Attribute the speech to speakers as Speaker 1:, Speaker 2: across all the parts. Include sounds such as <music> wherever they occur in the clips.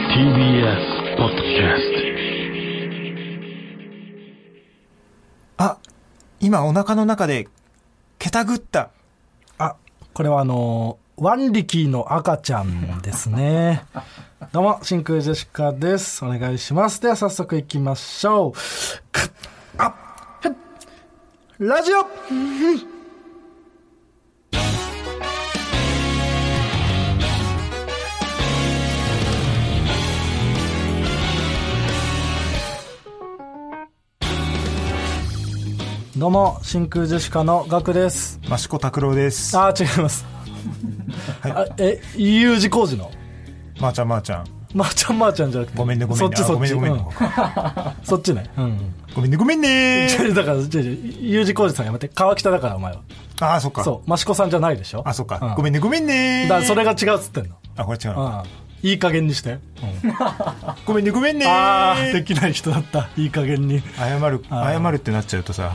Speaker 1: TBS ポッドキャス
Speaker 2: あ、今お腹の中で、けたぐった。
Speaker 3: あ、これはあのー、ワンリキーの赤ちゃんですね。どうも、真空ジェシカです。お願いします。では早速行きましょう。かあへっラジオどうも、真空ジェシカのガクです。
Speaker 2: 益子拓郎です。
Speaker 3: あー違います、あえ EU 字工事の
Speaker 2: まーちゃんまーちゃん。
Speaker 3: まー、ちゃんまー、ちゃんじゃなくて
Speaker 2: ごめんねごめ
Speaker 3: そ
Speaker 2: ん
Speaker 3: っ
Speaker 2: ね。
Speaker 3: ち
Speaker 2: あ
Speaker 3: そっち
Speaker 2: ごめんねごめんね
Speaker 3: うんそっちねうん
Speaker 2: ごめんねごめんね。
Speaker 3: 違 <laughs> うだから違う違う U 字工事さんやめて川北だからお前は
Speaker 2: ああ、そっか。
Speaker 3: そう益子さんじゃないでしょ
Speaker 2: あ、そっ
Speaker 3: う
Speaker 2: か。ごめんねごめんね。
Speaker 3: だからそれが違うっつってんの、
Speaker 2: あ、これ違うのか。
Speaker 3: うん、いい加減にして、うん
Speaker 2: ごめんねごめんね。
Speaker 3: ああできない人だったいい加減に
Speaker 2: 謝る、
Speaker 3: あー
Speaker 2: 謝るってなっちゃうとさ、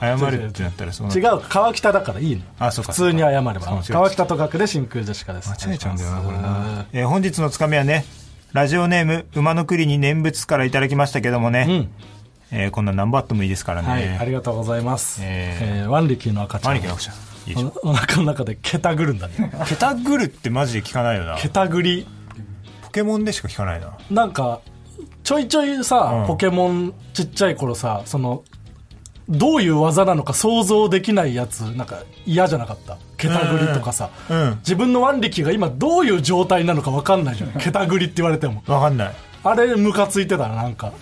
Speaker 2: 謝るってなったらその、
Speaker 3: 違う川北だからいいの
Speaker 2: あそうか
Speaker 3: 普通に謝れば
Speaker 2: そうかそうか
Speaker 3: 川北と学で真空ジェシカです
Speaker 2: 間違えちゃうんだよな、
Speaker 3: お
Speaker 2: こ
Speaker 3: 願
Speaker 2: れ
Speaker 3: いします
Speaker 2: な。えー本日のつかみはね、ラジオネーム、馬の栗に念仏からいただきましたけどもね、えーこんな何バットもいいですからね。
Speaker 3: はい、ありがとうございます。
Speaker 2: え
Speaker 3: え
Speaker 2: ー
Speaker 3: ーワンリキーの赤ちゃん。
Speaker 2: マニキのちゃん。いいでしょ。
Speaker 3: おお <laughs> 腹の中でケタぐるんだ
Speaker 2: <laughs>
Speaker 3: ね。
Speaker 2: ケタグルってマジで聞かないよな。
Speaker 3: ケタぐり。
Speaker 2: ポケモンでしか聞かないな。
Speaker 3: なんか、ちょいちょいさ、
Speaker 2: うん
Speaker 3: ポケモンちっちゃい頃さ、その、どういう技なのか想像できないやつ、なんか嫌じゃなかった。ケタぐりとかさ。
Speaker 2: うんうん
Speaker 3: 自分のワンリキーが今どういう状態なのか分かんないじゃん。ケタぐりって言われても。
Speaker 2: わかんない。
Speaker 3: あれ、ムカついてたな、なんか。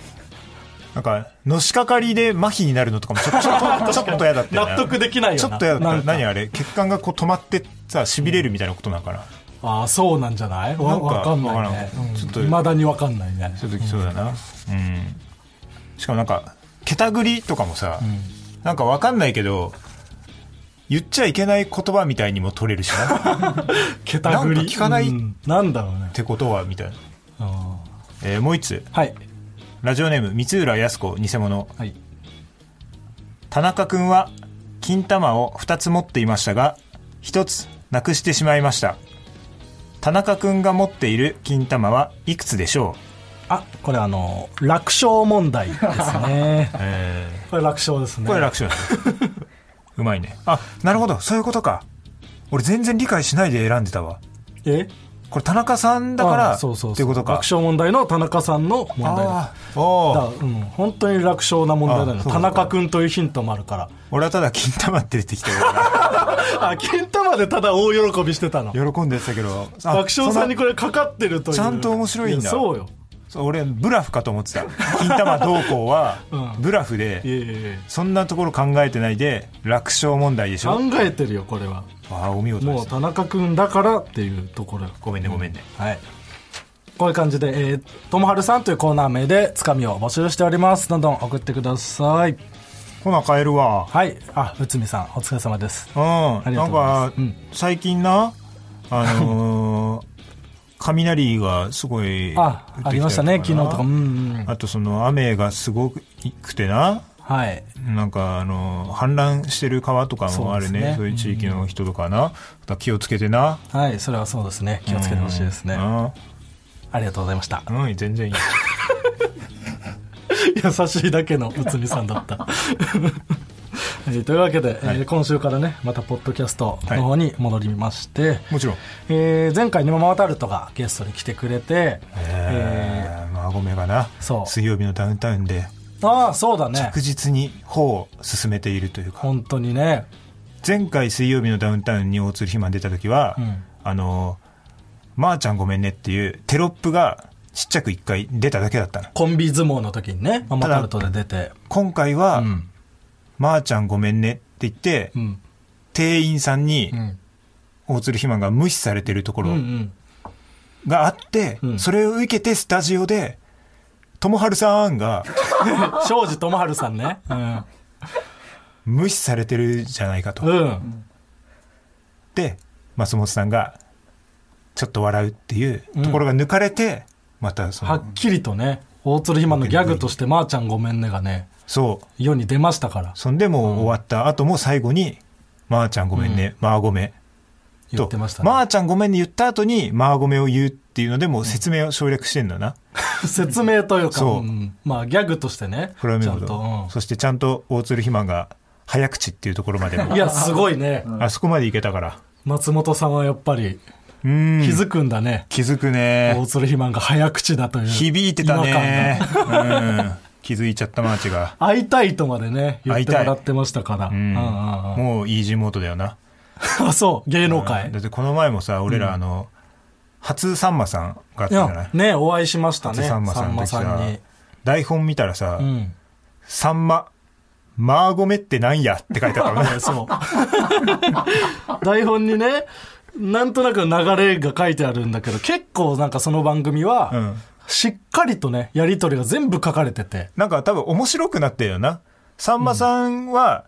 Speaker 2: なんか、のしかかりで麻痺になるのとかもちょちょっ
Speaker 3: <laughs>
Speaker 2: と、ちょっと嫌だったよね
Speaker 3: 納得できないよな
Speaker 2: ちょっと嫌だった
Speaker 3: な
Speaker 2: よ。
Speaker 3: んか
Speaker 2: 何あれ血管がこう止まってさ、痺れるみたいなことなんかな。
Speaker 3: ああ、そうなんじゃないわ
Speaker 2: なんか
Speaker 3: 分かんない
Speaker 2: わ
Speaker 3: ね
Speaker 2: からん。ちょっと
Speaker 3: いまだに分かんないね。
Speaker 2: そういう時そうだな。うん。しかもなんか、ケタグリとかもさ、なんかわかんないけど、言っちゃいけない言葉みたいにも取れるし
Speaker 3: <laughs>
Speaker 2: な。っ
Speaker 3: ケタぐり。
Speaker 2: なんか聞かない
Speaker 3: うんなんだろうね。
Speaker 2: てことは、みたいな。
Speaker 3: うん
Speaker 2: えーもう一つ。
Speaker 3: はい。
Speaker 2: ラジオネーム、三浦康子、偽物。
Speaker 3: はい。
Speaker 2: 田中君は金玉を2つ持っていましたが1つなくしてしまいました田中君が持っている金玉はいくつでしょ
Speaker 3: あ、これあの、楽勝問題です
Speaker 2: <laughs>
Speaker 3: ね
Speaker 2: う、。え
Speaker 3: これ楽勝ですね。
Speaker 2: これ楽勝だ
Speaker 3: <laughs>
Speaker 2: うまいねあなるほどそういうことか俺全然理解しないで選んでたわ
Speaker 3: え
Speaker 2: これ田中さんだから
Speaker 3: あそうそうそう
Speaker 2: っていうことか
Speaker 3: 楽勝問題の田中さんの問題だ。
Speaker 2: あーお
Speaker 3: だ
Speaker 2: ー
Speaker 3: からうん、本当に楽勝な問題だよ
Speaker 2: あ
Speaker 3: ね。
Speaker 2: そうか
Speaker 3: 田中君というヒントもあるから。
Speaker 2: 俺はただ金玉って出てきたか
Speaker 3: あ、金玉でただ大喜びしてたの。
Speaker 2: ら喜んでやってたけどあ
Speaker 3: 楽勝さんに
Speaker 2: そ
Speaker 3: これかかってるという。
Speaker 2: ちゃんと面白いんだ
Speaker 3: やそうよ。
Speaker 2: そう俺ブラフかと思ってた金玉同行は
Speaker 3: <laughs> うん
Speaker 2: ブラフで、
Speaker 3: いえいえいえ。
Speaker 2: そんなところ考えてないで楽勝問題でし
Speaker 3: 考
Speaker 2: ょ
Speaker 3: えてるよ、これは。
Speaker 2: ああお見事で
Speaker 3: もう
Speaker 2: す
Speaker 3: 田中君だからっていうところよ。
Speaker 2: ごめんねごめんね
Speaker 3: はい。こういう感じで、えー、ともはるさんというコーナー名でつかみを募集しております。どんどん送ってください。
Speaker 2: ほな帰るわ
Speaker 3: はい。あ、内海さん、お疲れ様です。
Speaker 2: うん
Speaker 3: り
Speaker 2: な
Speaker 3: がと
Speaker 2: ん
Speaker 3: うございま
Speaker 2: か
Speaker 3: すうん
Speaker 2: 最近なあ
Speaker 3: <laughs>
Speaker 2: のー雷がすごい
Speaker 3: あ
Speaker 2: 降、っ
Speaker 3: あ
Speaker 2: てき
Speaker 3: りましたね、
Speaker 2: り
Speaker 3: 昨日と
Speaker 2: な
Speaker 3: か。うん、うん。
Speaker 2: あとその雨がすごくてな
Speaker 3: はい。
Speaker 2: なんかあのー氾濫してる川とかもあるねそ
Speaker 3: そううですね
Speaker 2: いう地域の人とかな、気をつけてな
Speaker 3: はい、それはそうですね。気をつけてほしいですね。
Speaker 2: うん
Speaker 3: ありがとうございました。 <laughs>
Speaker 2: うん全然いい
Speaker 3: 優しいだけの内海さんだった。 <laughs> えーというわけで、えー今週からね、またポッドキャストの方に戻りまして、
Speaker 2: もちろん
Speaker 3: えー前回にもママタルトがゲストに来てくれて、 <laughs>
Speaker 2: え
Speaker 3: え
Speaker 2: ー、孫めがな
Speaker 3: そう
Speaker 2: 水曜日のダウンタウンで
Speaker 3: ーああ、そうだね
Speaker 2: 確。実に方を進めているというか
Speaker 3: 本当にね。
Speaker 2: 前回水曜日のダウンタウンに大鶴ひま出た時は、
Speaker 3: うん
Speaker 2: あのまー、ちゃんごめんね」っていうテロップがちっちゃく一回出ただけだったの
Speaker 3: コンビ相撲の時にね、ママタルトで出て。
Speaker 2: 今回は「
Speaker 3: うん。
Speaker 2: まー、ちゃんごめんね」って言って、
Speaker 3: うん。
Speaker 2: 店員さんに
Speaker 3: うん。
Speaker 2: 大鶴ひまが無視されてるとこ
Speaker 3: うんう
Speaker 2: ろ
Speaker 3: ん。
Speaker 2: があって、
Speaker 3: うん
Speaker 2: それを受けてスタジオで「ともはるさん」が
Speaker 3: 庄司智春さんね。うん。
Speaker 2: 無視されてるじゃないかと。
Speaker 3: うん。
Speaker 2: で松本さんがちょっと笑うっていうところが抜かれて、またそ
Speaker 3: は
Speaker 2: の
Speaker 3: っきりとね、大鶴ひまのギャグとして、まーちゃんごめんねがね、
Speaker 2: そう
Speaker 3: 世に出ましたから。
Speaker 2: そんでもう終わった後も最後に「まー、ちゃんごめんね、まーごめん」
Speaker 3: 言ってました
Speaker 2: ま
Speaker 3: ね。
Speaker 2: ーちゃんごめんね言った後に、まーごめを言うっていうので、もう説明を省略してんだな。
Speaker 3: 説明というか、
Speaker 2: そうん
Speaker 3: まあギャグとしてね。
Speaker 2: これを見
Speaker 3: ち
Speaker 2: る
Speaker 3: ゃん。
Speaker 2: こと
Speaker 3: うん
Speaker 2: そしてちゃんと大鶴ひまが、早口っていうところまでも
Speaker 3: <laughs> いや、すごいね。
Speaker 2: あそこまでいけたから。
Speaker 3: 松本さんはやっぱり
Speaker 2: うーん。
Speaker 3: 気
Speaker 2: 気づ
Speaker 3: づくんだね。
Speaker 2: くね
Speaker 3: 大。鶴ひまんが早口だという。
Speaker 2: 響いてたね。うん。気づいちゃったマーチが。
Speaker 3: 会いたいとまでね、言
Speaker 2: 会
Speaker 3: っ
Speaker 2: い
Speaker 3: て
Speaker 2: た
Speaker 3: も
Speaker 2: い
Speaker 3: らってましたから。う
Speaker 2: うん
Speaker 3: うんうんうん
Speaker 2: もうイージーモードだよな。
Speaker 3: あ、そう、芸能界
Speaker 2: だ。ってこの前もさ、俺らあの、初さんまさんがあった
Speaker 3: い
Speaker 2: じゃない
Speaker 3: や、ね、お会いしましたね。
Speaker 2: 初さんまさんの時
Speaker 3: さんまさん
Speaker 2: さ
Speaker 3: に。、
Speaker 2: 台本見たらさ
Speaker 3: う、ん。。
Speaker 2: さんま、マーゴメってなんやって書いてあったからね
Speaker 3: そう。 <laughs> 台本にね、なんとなく流れが書いてあるんだけど、結構なんかその番組 <laughs> は、
Speaker 2: うん
Speaker 3: しっかりとね、やりとりが全部書かれてて。
Speaker 2: なんか多分面白くなってるよな。さんまさんは、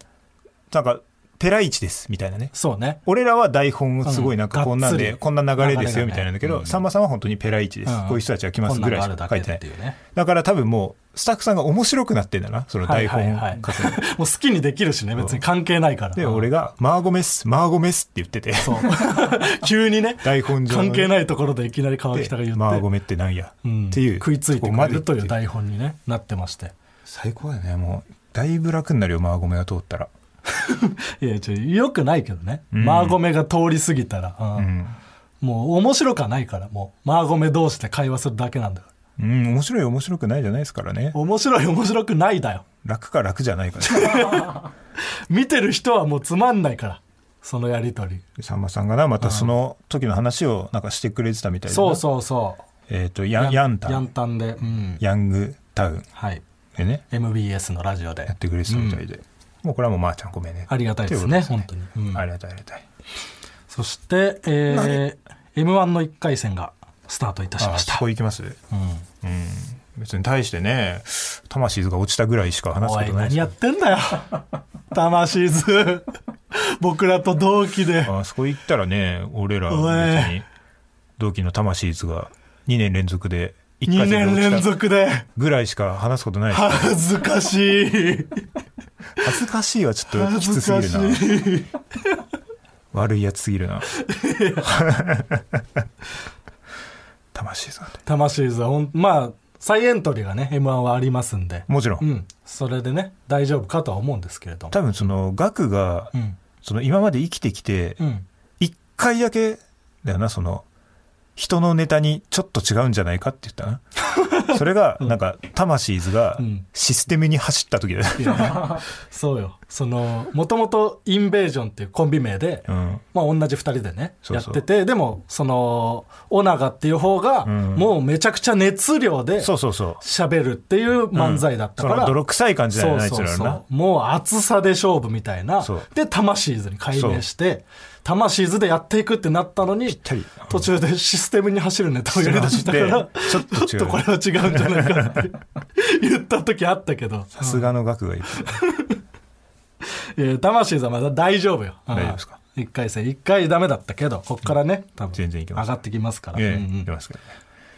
Speaker 2: なんか、ペライチです、みたいなね。
Speaker 3: そうね。
Speaker 2: 俺らは台本をすごいなん
Speaker 3: う
Speaker 2: か
Speaker 3: ん
Speaker 2: こんなん
Speaker 3: がっつ
Speaker 2: で、
Speaker 3: り
Speaker 2: こんな流れですよ
Speaker 3: 流れがね
Speaker 2: みたいなんだけど、さんまさんは本当にペライチです。
Speaker 3: うん
Speaker 2: こういう人たちが来ますぐらいしか書いてない
Speaker 3: こんんがあるだけ。っていうね。
Speaker 2: だから多分もう、スタッフさんが面白くなってんだな、その台本を
Speaker 3: はいはいはい
Speaker 2: 書くの。
Speaker 3: もう好きにできるしね、別に関係ないから。
Speaker 2: で、
Speaker 3: うん
Speaker 2: 俺が、マーゴメっす、マーゴメっすって言ってて、
Speaker 3: そう <laughs> 急にね、
Speaker 2: 台本上のね
Speaker 3: 関係ないところでいきなり川
Speaker 2: で
Speaker 3: 北が言って、
Speaker 2: マーゴメってなんや、
Speaker 3: うん
Speaker 2: っていう。
Speaker 3: 食いついてく
Speaker 2: ここま
Speaker 3: れ
Speaker 2: で
Speaker 3: るという
Speaker 2: って
Speaker 3: 台本に、ね、なってまして。
Speaker 2: 最高だよね、もう。だいぶ楽になるよ、マーゴメが通ったら。
Speaker 3: <laughs> いや、ちょ、よくないけどね。
Speaker 2: ん
Speaker 3: マーゴメが通り過ぎたら、うん
Speaker 2: うん。
Speaker 3: もう面白くはないから、もう、マーゴメ同士で会話するだけなんだから。
Speaker 2: うん、面白い面白くないじゃないですからね。
Speaker 3: 面白い面白くないだよ。
Speaker 2: 楽か楽じゃない
Speaker 3: <laughs>
Speaker 2: から。
Speaker 3: 見てる人はもうつまんないから、そのやりとり。
Speaker 2: さんまさんがな、またその時の話をなんかしてくれてたみたいでな。
Speaker 3: そうそうそう。
Speaker 2: えっ、と、ヤン、ヤンタ
Speaker 3: ヤ
Speaker 2: ン
Speaker 3: ン。タンで、うん。
Speaker 2: ヤングタウン
Speaker 3: はい。
Speaker 2: でね、
Speaker 3: MBS のラジオで
Speaker 2: やっ。てくれてたみたいで。もうこれはもうまーちゃんごめんね。
Speaker 3: ありがたいです
Speaker 2: と
Speaker 3: ね、
Speaker 2: うこと
Speaker 3: 本当に。うん
Speaker 2: ありがたいありがたい。
Speaker 3: そして、えー、M1 の1回戦がスタートいたしま
Speaker 2: あ、
Speaker 3: し
Speaker 2: そ
Speaker 3: た。
Speaker 2: こ行きますうん。
Speaker 3: うん
Speaker 2: 別に対してね、魂が落ちたぐらいしか話す
Speaker 3: お
Speaker 2: こ
Speaker 3: い、
Speaker 2: とないで
Speaker 3: 何
Speaker 2: す
Speaker 3: やってんだよ。
Speaker 2: <laughs>
Speaker 3: 魂図。僕らと同期で。
Speaker 2: あそこ行ったらね、俺ら
Speaker 3: おい
Speaker 2: 別に同期の魂図が2年連続で1
Speaker 3: 2
Speaker 2: 回戦
Speaker 3: 年
Speaker 2: で
Speaker 3: 連
Speaker 2: 落ちた
Speaker 3: 続で。
Speaker 2: ぐらいしか話すことないです。
Speaker 3: 恥ずかしい。
Speaker 2: 恥ずかしいはちょっとき
Speaker 3: 恥
Speaker 2: つす
Speaker 3: ず
Speaker 2: ぎ
Speaker 3: か
Speaker 2: る
Speaker 3: し。
Speaker 2: ない悪いやつすぎるな <laughs> 魂さんって
Speaker 3: 魂図はほん、まあ、再エントリーがね、M1 はありますんで。
Speaker 2: もちろん、
Speaker 3: うん。それでね、大丈夫かとは思うんですけれども。
Speaker 2: 多分その額が、
Speaker 3: うん。
Speaker 2: その今まで生きてきて
Speaker 3: うん。
Speaker 2: 一回だけだよなその人のネタにちょっと違うんじゃないかって言った
Speaker 3: <laughs>
Speaker 2: なそれがなんか魂図が
Speaker 3: うん
Speaker 2: システムに走った時だよ、
Speaker 3: <laughs> いやそうよ。その、もともとインベージョンっていうコンビ名で、
Speaker 2: うん、
Speaker 3: まあ、同じ2人でね
Speaker 2: そうそう
Speaker 3: やっててでもそのオナガっていう方が、
Speaker 2: ん
Speaker 3: もうめちゃくちゃ熱量で
Speaker 2: そうそうそう
Speaker 3: 喋るっていう漫才だったか
Speaker 2: そ
Speaker 3: ら、
Speaker 2: の泥臭い感じだ
Speaker 3: そ
Speaker 2: よ
Speaker 3: う
Speaker 2: なあいつ
Speaker 3: そう
Speaker 2: ら
Speaker 3: そ
Speaker 2: はな
Speaker 3: うもう熱さで勝負みたいな
Speaker 2: そう
Speaker 3: で魂図に改名して魂図でやっていくってなったのに
Speaker 2: たりうん
Speaker 3: 途中でシステムに走るネタをやりだしたから
Speaker 2: システムに走って
Speaker 3: ち
Speaker 2: ちょ
Speaker 3: ょ
Speaker 2: っと
Speaker 3: っとこ
Speaker 2: 違う
Speaker 3: れは違うんじゃないかって言った時あったけど、
Speaker 2: さすがの額がいる
Speaker 3: いや魂図はまだ大丈夫よ
Speaker 2: 大丈夫ですか
Speaker 3: 1回戦1回ダメだったけどこっからね多分
Speaker 2: 全然いけます
Speaker 3: 上がってきますから、
Speaker 2: え
Speaker 3: うんう
Speaker 2: え
Speaker 3: ん
Speaker 2: 出ますけどね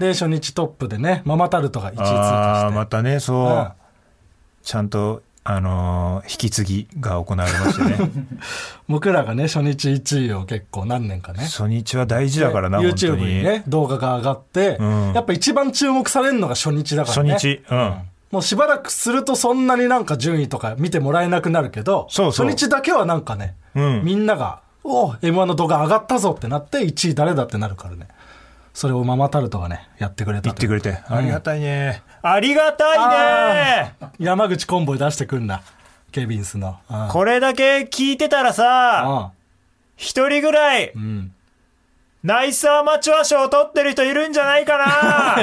Speaker 3: で初日トップでねママタルトが1位通過
Speaker 2: あ
Speaker 3: し
Speaker 2: あー
Speaker 3: て
Speaker 2: またねそう、
Speaker 3: うん
Speaker 2: ちゃんとあのー引き継ぎが行われまして
Speaker 3: <laughs>
Speaker 2: ね
Speaker 3: 僕らがね初日1位を結構何年かね
Speaker 2: 初日は大事だからな本当
Speaker 3: YouTube
Speaker 2: に
Speaker 3: にね動画が上がって、
Speaker 2: うん
Speaker 3: やっぱ一番注目されるのが初日だか
Speaker 2: 初
Speaker 3: らね
Speaker 2: 日うん、
Speaker 3: もうしばらくするとそんなになんか順位とか見てもらえなくなるけど
Speaker 2: そうそう
Speaker 3: 初日だけはなんかね、
Speaker 2: うん
Speaker 3: みんなが「おう m 1の動画上がったぞ」ってなって1位誰だってなるからねそれをママタルトがねやってくれた
Speaker 2: 言
Speaker 3: と
Speaker 2: ってくれてありがたいね、ありがたいね
Speaker 3: 山口コンボイ出してくんなケビンスのうん
Speaker 2: これだけ聞いてたらさ一人ぐらい
Speaker 3: うん
Speaker 2: ナイスアマチュア賞を取ってる人いるんじゃないか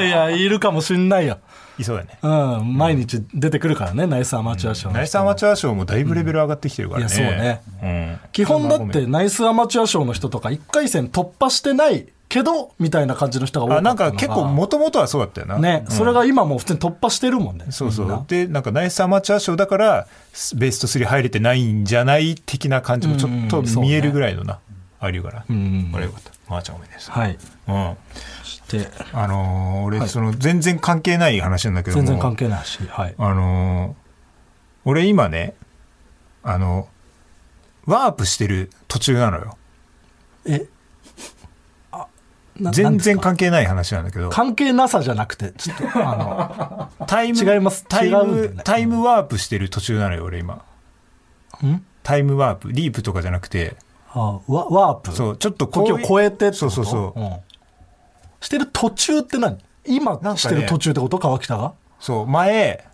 Speaker 3: い
Speaker 2: な
Speaker 3: や、いるかもしんないよ。
Speaker 2: <laughs> いそうだね
Speaker 3: うん、毎日出てくるからね、ナイスアマチュア賞の人も。
Speaker 2: ナイスアマチュア賞もだいぶレベル上がってきてるからね、
Speaker 3: うんいや
Speaker 2: そうね、うん、
Speaker 3: 基本だって、ナイスアマチュア賞の人とか、1回戦突破してないけど、みたいな感じの人が多か
Speaker 2: あ
Speaker 3: った
Speaker 2: な
Speaker 3: のが。
Speaker 2: んか結構もともとはそうだったよな
Speaker 3: ね、
Speaker 2: うん
Speaker 3: それが今もう普通に突破してるもんね。
Speaker 2: そうそ
Speaker 3: みんな
Speaker 2: う。で、なんかナイスアマチュア賞だから、スベスト3入れてないんじゃない的な感じもちょっ
Speaker 3: う
Speaker 2: と
Speaker 3: んそうね
Speaker 2: 見えるぐらいのな、あるから。うんあれよかった。まー、ちゃんおめでとう。
Speaker 3: はい。
Speaker 2: うん。
Speaker 3: で、
Speaker 2: あのー俺、その、全然関係ない話なんだけども
Speaker 3: 全然関係ないし、はい。
Speaker 2: あのー俺今ね、あの、ワープしてる途中なのよ。
Speaker 3: えな
Speaker 2: 全然
Speaker 3: なんですか
Speaker 2: 関係ない話なんだけど、
Speaker 3: 関係なさじゃなくて、ちょっ
Speaker 2: <laughs>
Speaker 3: と、あ
Speaker 2: タイム、
Speaker 3: 違います
Speaker 2: タイ
Speaker 3: 違うんだ
Speaker 2: ム、
Speaker 3: よね
Speaker 2: タイムワープしてる途中なのよ、俺今。
Speaker 3: の、ん
Speaker 2: タイムワープ、リープとかじゃなくて、
Speaker 3: あワワープ
Speaker 2: そう、ちょっと
Speaker 3: 故
Speaker 2: こ
Speaker 3: 郷
Speaker 2: う
Speaker 3: を
Speaker 2: いう
Speaker 3: 越えてってこと
Speaker 2: そうそうそう。
Speaker 3: んしてる途中って何今
Speaker 2: かね
Speaker 3: してる途中ってこと川北が、
Speaker 2: そう、前、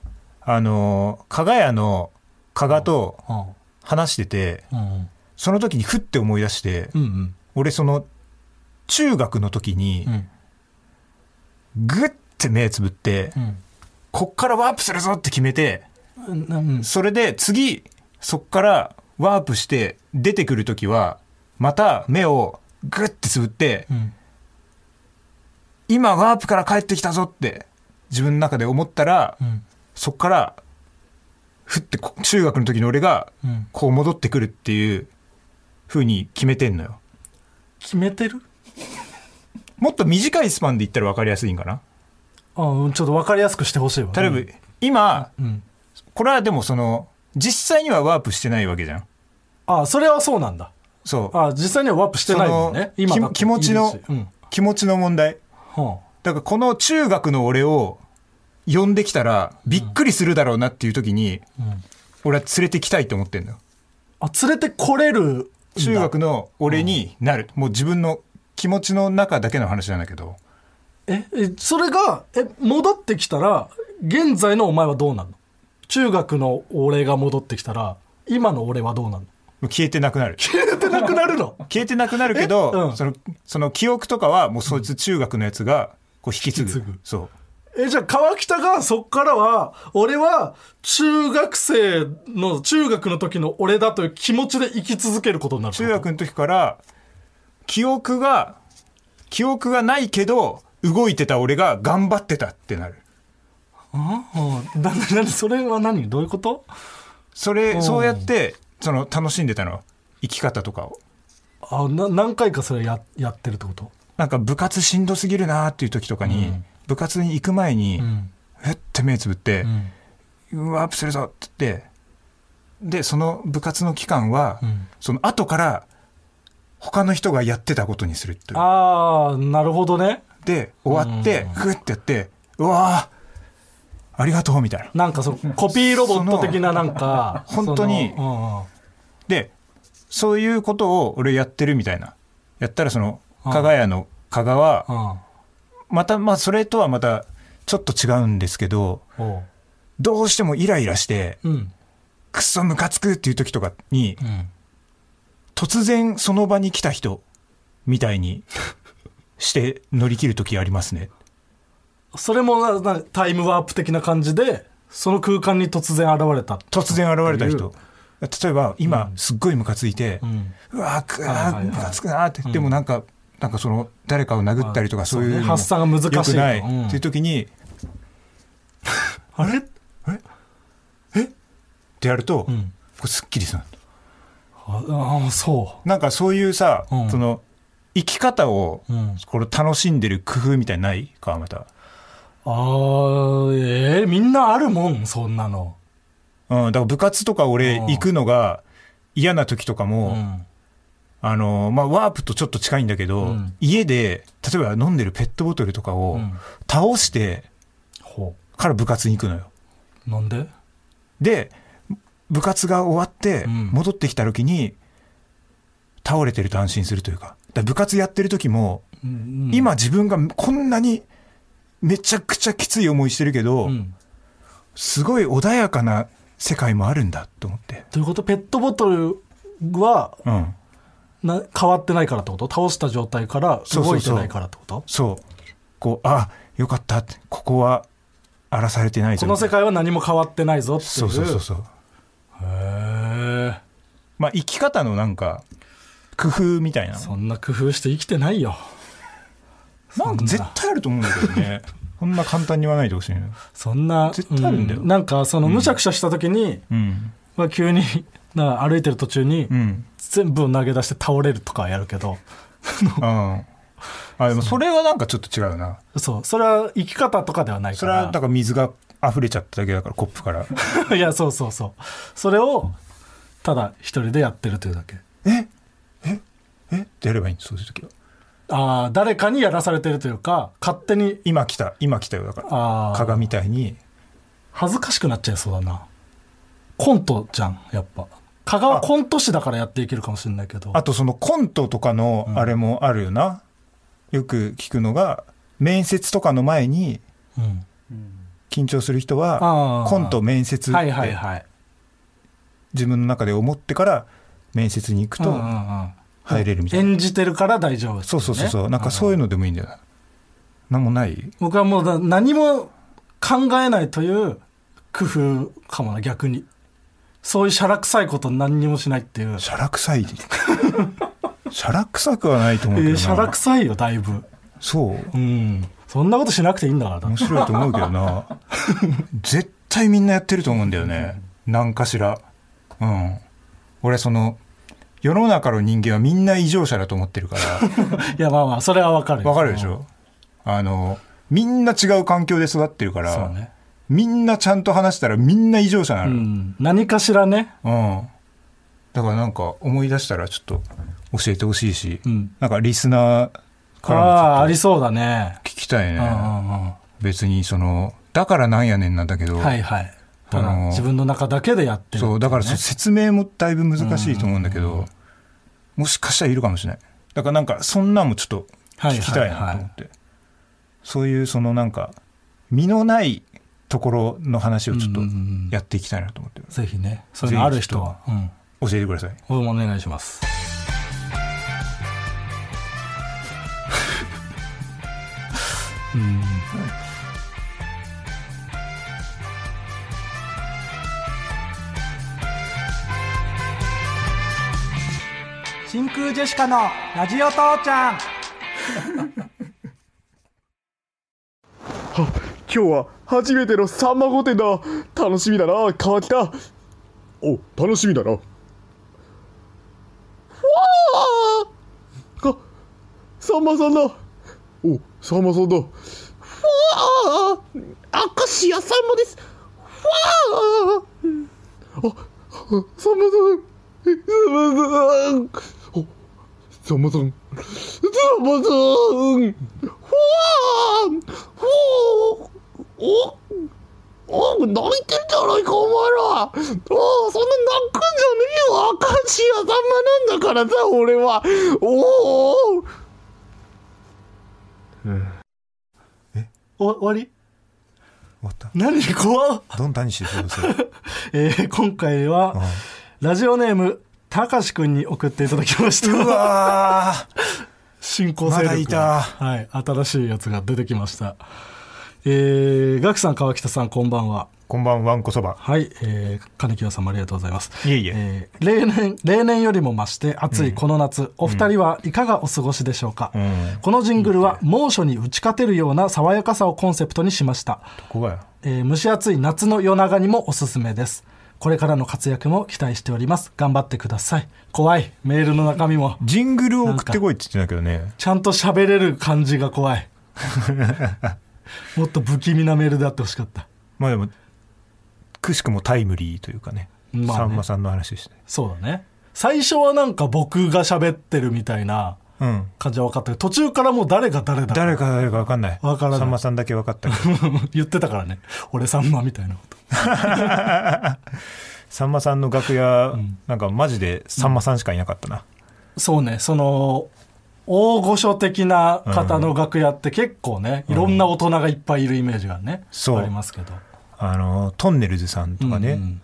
Speaker 2: あのー、加賀屋の加賀と
Speaker 3: うん
Speaker 2: 話してて、
Speaker 3: うん
Speaker 2: その時にふって思い出して、
Speaker 3: うん
Speaker 2: 俺その、中学の時に
Speaker 3: う、ん
Speaker 2: ぐって目つぶって、こっからワープするぞって決めて、
Speaker 3: うんうん
Speaker 2: それで次、そっからワープして出てくる時は、また目をぐってつぶって
Speaker 3: う、ん
Speaker 2: 今ワープから帰ってきたぞって、自分の中で思ったら
Speaker 3: う、ん
Speaker 2: そっから、ふってこ、中学の時の俺が、
Speaker 3: うん
Speaker 2: こう戻ってくるっていう風に決めてんのよ。
Speaker 3: 決めてる
Speaker 2: もっと短いスパンで言ったら分かりやすいんかな。
Speaker 3: あうんちょっと分かりやすくしてほしいわ
Speaker 2: 例えば、今、
Speaker 3: うん
Speaker 2: これはでもその、実際にはワープしてないわけじゃん。
Speaker 3: あそれはそうなんだ
Speaker 2: そう。
Speaker 3: あ実際にはワープしてないもんね
Speaker 2: その
Speaker 3: 今だって
Speaker 2: き気持ちの
Speaker 3: いいしうん
Speaker 2: 気持ちの問題。
Speaker 3: は
Speaker 2: だからこの中学の俺を呼んできたら、びっくりするだろうなっていう時に、
Speaker 3: あうん
Speaker 2: 俺は連れてきたいと思ってんのよ。
Speaker 3: あ連れてこれるんだ
Speaker 2: 中学の俺になる。もう自分の気持ちの中だけの話なんだけど。
Speaker 3: ええそれがえ戻ってきたら現在のお前はどうなの中学の俺が戻ってきたら今の俺はどうなの
Speaker 2: もう消えてな
Speaker 3: <laughs>
Speaker 2: くなる。
Speaker 3: 消えてなくなるの
Speaker 2: 消えてなくなるけど、
Speaker 3: えうん
Speaker 2: そのその記憶とかはもうそいつ中学のやつがこう引き継ぐ
Speaker 3: 引き継ぐ
Speaker 2: そう
Speaker 3: <laughs> えじゃあ川北がそっからは俺は中学生の中学の時の俺だという気持ちで生き続けることになるって
Speaker 2: 中
Speaker 3: こと
Speaker 2: 学の時から記憶が記憶がないけど動いてた俺が頑張ってたってなる
Speaker 3: ああなななそれは何どういうこと
Speaker 2: それそうやってその楽しんでたの生き方とかを
Speaker 3: あな何回かそれややってるってこと
Speaker 2: なんか部活しんどすぎるなーっていう時とかに、
Speaker 3: うん
Speaker 2: 部活に行く前に、
Speaker 3: ん、
Speaker 2: ふって目つぶって
Speaker 3: う、ん
Speaker 2: ワープするぞって言ってでその部活の期間は、
Speaker 3: うん
Speaker 2: その後から他の人がやってたことにするという
Speaker 3: ああなるほどね
Speaker 2: で終わってグッてやってうわーありがとうみたいな
Speaker 3: なんかそのコピーロボット的ななんか
Speaker 2: その本当に
Speaker 3: その
Speaker 2: でそういうことを俺やってるみたいなやったらその
Speaker 3: うん
Speaker 2: 加賀屋の加賀は
Speaker 3: うんうん
Speaker 2: またまあそれとはまたちょっと違うんですけど
Speaker 3: うんおう
Speaker 2: どうしてもイライラして
Speaker 3: うん
Speaker 2: クソムカつくっていう時とかに
Speaker 3: うん
Speaker 2: 突然その場に来た人みたいにして乗り切る時ありますね
Speaker 3: それもななタイムワープ的な感じでその空間に突然現れた
Speaker 2: 突然現れた
Speaker 3: とい
Speaker 2: 人
Speaker 3: う
Speaker 2: 例えば今すっごいムカついて、
Speaker 3: うん
Speaker 2: うわーく
Speaker 3: はい
Speaker 2: あ
Speaker 3: はいは
Speaker 2: ー
Speaker 3: い
Speaker 2: ムカつくなーって、でもなんかなんかその誰かを殴ったりとか
Speaker 3: あ
Speaker 2: そういうの
Speaker 3: そうね
Speaker 2: も
Speaker 3: 発散が難しい
Speaker 2: 良くない、
Speaker 3: うん
Speaker 2: っていう時にっ
Speaker 3: あれ
Speaker 2: てやると、
Speaker 3: うん
Speaker 2: これすっきりする
Speaker 3: ああそ
Speaker 2: なんかそういうさ、
Speaker 3: うん
Speaker 2: その生き方を、
Speaker 3: う、うん、
Speaker 2: これ楽しんでる工夫みたいなのない川又、
Speaker 3: あーえー、みんなあるもんそんなの、
Speaker 2: うん、だから部活とか俺
Speaker 3: うん
Speaker 2: 行くのが嫌な時とか
Speaker 3: う
Speaker 2: も、
Speaker 3: ん、
Speaker 2: あのーまあ、ワープとちょっと近いんだけど、
Speaker 3: うん
Speaker 2: 家で例えば飲んでるペットボトルとか
Speaker 3: う
Speaker 2: を
Speaker 3: ん
Speaker 2: 倒して
Speaker 3: ほ
Speaker 2: から部活に行くのよ、
Speaker 3: うなんで
Speaker 2: で部活が終わって
Speaker 3: うん
Speaker 2: 戻ってきた時に倒れてると安心するというかだから部活やってる時も、
Speaker 3: うん
Speaker 2: 今自分がこんなにめちゃくちゃきつい思いしてるけど、
Speaker 3: うん
Speaker 2: すごい穏やかな世界もあるんだと思って、
Speaker 3: ということペットボトルは
Speaker 2: うん、
Speaker 3: な変わってないからってこと倒した状態から
Speaker 2: そうそ
Speaker 3: 動
Speaker 2: う
Speaker 3: いて
Speaker 2: そう
Speaker 3: ないからってこと
Speaker 2: そうこうあよかったってここは荒らされてないぞ
Speaker 3: この世界は何も変わってないぞっていう
Speaker 2: そうそうそうそう
Speaker 3: へえ
Speaker 2: まあ生き方のなんか工夫みたいな
Speaker 3: そんな工夫して生きてないよ
Speaker 2: なんか絶対あると思うんだけど
Speaker 3: <laughs>
Speaker 2: ねこんな簡単に言わないでほしいな
Speaker 3: そんな
Speaker 2: 絶対あるんだよ
Speaker 3: うなんかそのむしゃくしゃした時に、
Speaker 2: うん
Speaker 3: まあ、急に <laughs> な歩いてる途中に、
Speaker 2: うん
Speaker 3: 全部を投げ出して倒れるとかはやるけど
Speaker 2: うんあでもそれはなんかちょっと違うな
Speaker 3: そうそれは生き方とかではない
Speaker 2: それ
Speaker 3: か
Speaker 2: は
Speaker 3: ら
Speaker 2: だから水が溢れちゃっただけだからコップから
Speaker 3: <laughs> いやそうそうそうそれをただ一人でやってるというだけ
Speaker 2: えええってやればいいんですそういう時は
Speaker 3: ああ、誰かにやらされてるというか、勝手に、
Speaker 2: 今来た今来たよだから
Speaker 3: ああ、
Speaker 2: 蚊がみたいに
Speaker 3: 恥ずかしくなっちゃいそうだな。コントじゃん、やっぱ。香川コント師だからやっていけるかもしれないけど。
Speaker 2: あとそのコントとかのあれもあるよな、よく聞くのが面接とかの前に
Speaker 3: うん。
Speaker 2: 緊張する人は
Speaker 3: ああ。
Speaker 2: コント面接っ
Speaker 3: はいはい
Speaker 2: て
Speaker 3: はい。
Speaker 2: 自分の中で思ってから面接に行く
Speaker 3: うんう
Speaker 2: と
Speaker 3: んうん
Speaker 2: 入れるみたいな、
Speaker 3: 演じてるから大丈夫、
Speaker 2: そうそうそうそうなんかそう
Speaker 3: いう
Speaker 2: いうのでもいいんだよななんもない
Speaker 3: 僕はもうだ何も考えないという工夫かもな逆にそういうしゃらくさいこと何にもしないっていう
Speaker 2: しゃらくさいしゃらくさくはないと
Speaker 3: え
Speaker 2: 思うけど
Speaker 3: ー
Speaker 2: な
Speaker 3: しゃらくさいよだいぶ
Speaker 2: そう
Speaker 3: うんそんなことしなくていいんだからだ
Speaker 2: 面白いと思うけどな絶対みんなやってると思うんだよね何かしらうん俺その世の中の人間はみんな異常者だと思ってるから
Speaker 3: <laughs> いやまあまあそれはわかるよ
Speaker 2: わかるでしょあのみんな違う環境で育ってるか
Speaker 3: うんそう
Speaker 2: ら、
Speaker 3: ね、
Speaker 2: みんなちゃんと話したらみんな異常者なの、
Speaker 3: うん、何かしらね、
Speaker 2: うん。だからなんか思い出したらちょっと教えてほしいし、
Speaker 3: うん、
Speaker 2: なんかリスナー
Speaker 3: あ
Speaker 2: から
Speaker 3: あ
Speaker 2: も
Speaker 3: ありそうだね
Speaker 2: 聞きたい
Speaker 3: うんう
Speaker 2: ね。
Speaker 3: んうん
Speaker 2: 別にその、だからなんやねんなんだけど、
Speaker 3: はいはいただ
Speaker 2: あのー
Speaker 3: 自分の中だけでやってるっていね、
Speaker 2: そう、だからそ説明もだいぶ難しいと思うんだけど、もしかしたらいるかもしれない。だからなんかそんなんもちょっと聞きたいなと思って。そういうそのなんか、身のないところの話をちょっと
Speaker 3: うんうんうん
Speaker 2: やっていきたいなと思ってる、
Speaker 3: ぜひねそういうのある人は、うん、
Speaker 2: 教えてください。
Speaker 3: お願いしますうん真空ジェシカのラジオ父ちゃん
Speaker 4: 今日は初めてのさんま御殿だ楽しみだな川北お楽しみだなわああさんまさんだおさんまさんだわあ明石家さんまですわああさんまさんえさんまさんおさんまさんズボズーンふわーんふおおお泣いてるじゃないかお前らおそんな泣くんじゃねえよ赤石屋さんまなんだからさ俺はおお
Speaker 3: お終わ
Speaker 2: 終
Speaker 3: り
Speaker 2: わった
Speaker 3: 何怖っ
Speaker 2: どんなにしてください。
Speaker 3: えー、今回は
Speaker 2: <laughs>
Speaker 3: ラジオネームたかしくんに送っていただきました
Speaker 2: うわー
Speaker 3: 進行勢力
Speaker 2: まだいた
Speaker 3: はい新しいやつが出てきましたえー、ガクさん川北さんこんばんは
Speaker 2: こんばんは、わんこそば。
Speaker 3: はい、えー、金清さんもありがとうございます
Speaker 2: いえいえ
Speaker 3: えー例年例年よりも増して暑いこの夏、お二人はいかがお過ごしでしょうか、
Speaker 2: うん
Speaker 3: このジングルは猛暑に打ち勝てるような爽やかさをコンセプトにしました、
Speaker 2: ここがよ。
Speaker 3: えー蒸し暑い夏の夜長にもおすすめですこれからの活躍も期待しております頑張ってください怖いメールの中身も
Speaker 2: ジングルを送ってこいって言ってたけどね。
Speaker 3: ちゃんと喋れる感じが怖い。もっと不気味なメールであってほしかった。
Speaker 2: まあでも、くしくもタイムリーというかね。
Speaker 3: まあね
Speaker 2: さんまさんの話でしたね。
Speaker 3: そうだね。最初はなんか僕が喋ってるみたいな
Speaker 2: うん。
Speaker 3: 感じは分かったけど、途中からもう誰が誰だ
Speaker 2: 誰か誰か分かんない。
Speaker 3: わからない
Speaker 2: さんまさんだけ分かったけど。
Speaker 3: <laughs> 言ってたからね。俺さんまみたいなこと。
Speaker 2: さんまさんの楽屋、なんかマジでさんまさんしかいなかったな。
Speaker 3: そうね、その、大御所的な方の楽屋って結構ね、いろんな大人がいっぱいいるイメージがね、
Speaker 2: そう
Speaker 3: ありますけど。
Speaker 2: あの、トンネルズさんとかね、
Speaker 3: うんうん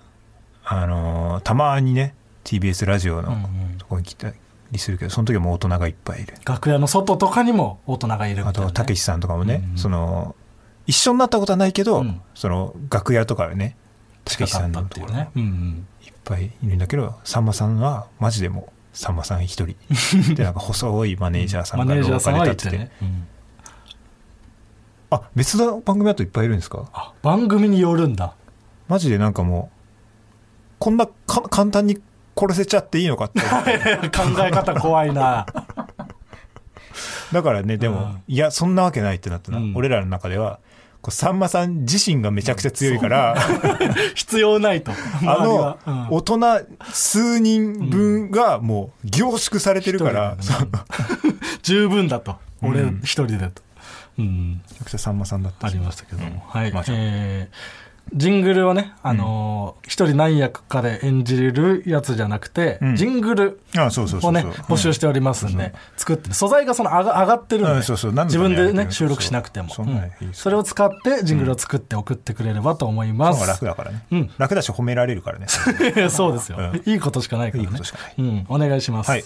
Speaker 2: あの、たまにね、TBS ラジオの
Speaker 3: んうん
Speaker 2: とこに来たりするけど、その時はもう大人がいっぱいいる。
Speaker 3: 楽屋の外とかにも大人がいるみ
Speaker 2: あ
Speaker 3: たい
Speaker 2: と、
Speaker 3: な、ね。
Speaker 2: たけしさんとかもね、
Speaker 3: うんうん
Speaker 2: その、一緒になったことはないけど、
Speaker 3: うん
Speaker 2: その、楽屋とかね、たけしさ
Speaker 3: 近
Speaker 2: ん
Speaker 3: か
Speaker 2: の
Speaker 3: った
Speaker 2: と
Speaker 3: ってい
Speaker 2: こ
Speaker 3: う
Speaker 2: ろ、
Speaker 3: ね。うんうん
Speaker 2: いっぱいいるんだけど、さんまさんは、マジでもう、さんまさん
Speaker 3: <laughs>
Speaker 2: 一人。で、なんか細いマネージャーさ
Speaker 3: マ
Speaker 2: んが
Speaker 3: ネー
Speaker 2: 廊
Speaker 3: ジャー
Speaker 2: 下
Speaker 3: さん
Speaker 2: で
Speaker 3: は
Speaker 2: 立
Speaker 3: い
Speaker 2: ってて。
Speaker 3: てね。うん
Speaker 2: あ、別の番組だといっぱいいるんですか
Speaker 3: あ番組による
Speaker 2: <laughs>
Speaker 3: んだ
Speaker 2: マジでなんかもう、こんなか簡単に殺せちゃっていいの
Speaker 3: <laughs>
Speaker 2: かって思って。
Speaker 3: 考え方怖いな
Speaker 2: だからね、で
Speaker 3: う
Speaker 2: も
Speaker 3: ん、
Speaker 2: いや、そんなわけないってなってな。
Speaker 3: うん
Speaker 2: 俺らの中では、こうさんまさん自身がめちゃくちゃ強いから、
Speaker 3: <laughs> 必要ないと周りは
Speaker 2: あ
Speaker 3: う
Speaker 2: の
Speaker 3: ん、
Speaker 2: 大人数人分がもう凝縮されてるから、その
Speaker 3: 十分だと俺一人でと、うん、
Speaker 2: 役者さんまさんだった
Speaker 3: あ
Speaker 2: し
Speaker 3: りましたけども、はい、
Speaker 2: まあ
Speaker 3: えージングルをね、あのー一人何役かで演じれるやつじゃなくて、
Speaker 2: うん
Speaker 3: ジングル
Speaker 2: あそうそうそ
Speaker 3: を
Speaker 2: う
Speaker 3: ね
Speaker 2: そう
Speaker 3: 募集しておりますんで、作ってる素材がその上が上がってるんで、
Speaker 2: うんそうそう何
Speaker 3: 自
Speaker 2: 度か
Speaker 3: 分
Speaker 2: ね
Speaker 3: で
Speaker 2: やれて
Speaker 3: ね
Speaker 2: る
Speaker 3: 収録しなくても
Speaker 2: そ
Speaker 3: そう
Speaker 2: そんなんいいです
Speaker 3: ん
Speaker 2: よ
Speaker 3: それを使ってジングルを作って送ってくれればと思いま
Speaker 2: の方が
Speaker 3: す
Speaker 2: 楽、だからね、
Speaker 3: うん
Speaker 2: 楽だし褒められるからね
Speaker 3: <laughs> そうですよ、
Speaker 2: うん
Speaker 3: いいことしかないからね
Speaker 2: いいことしかない
Speaker 3: うん、お願いします
Speaker 2: はい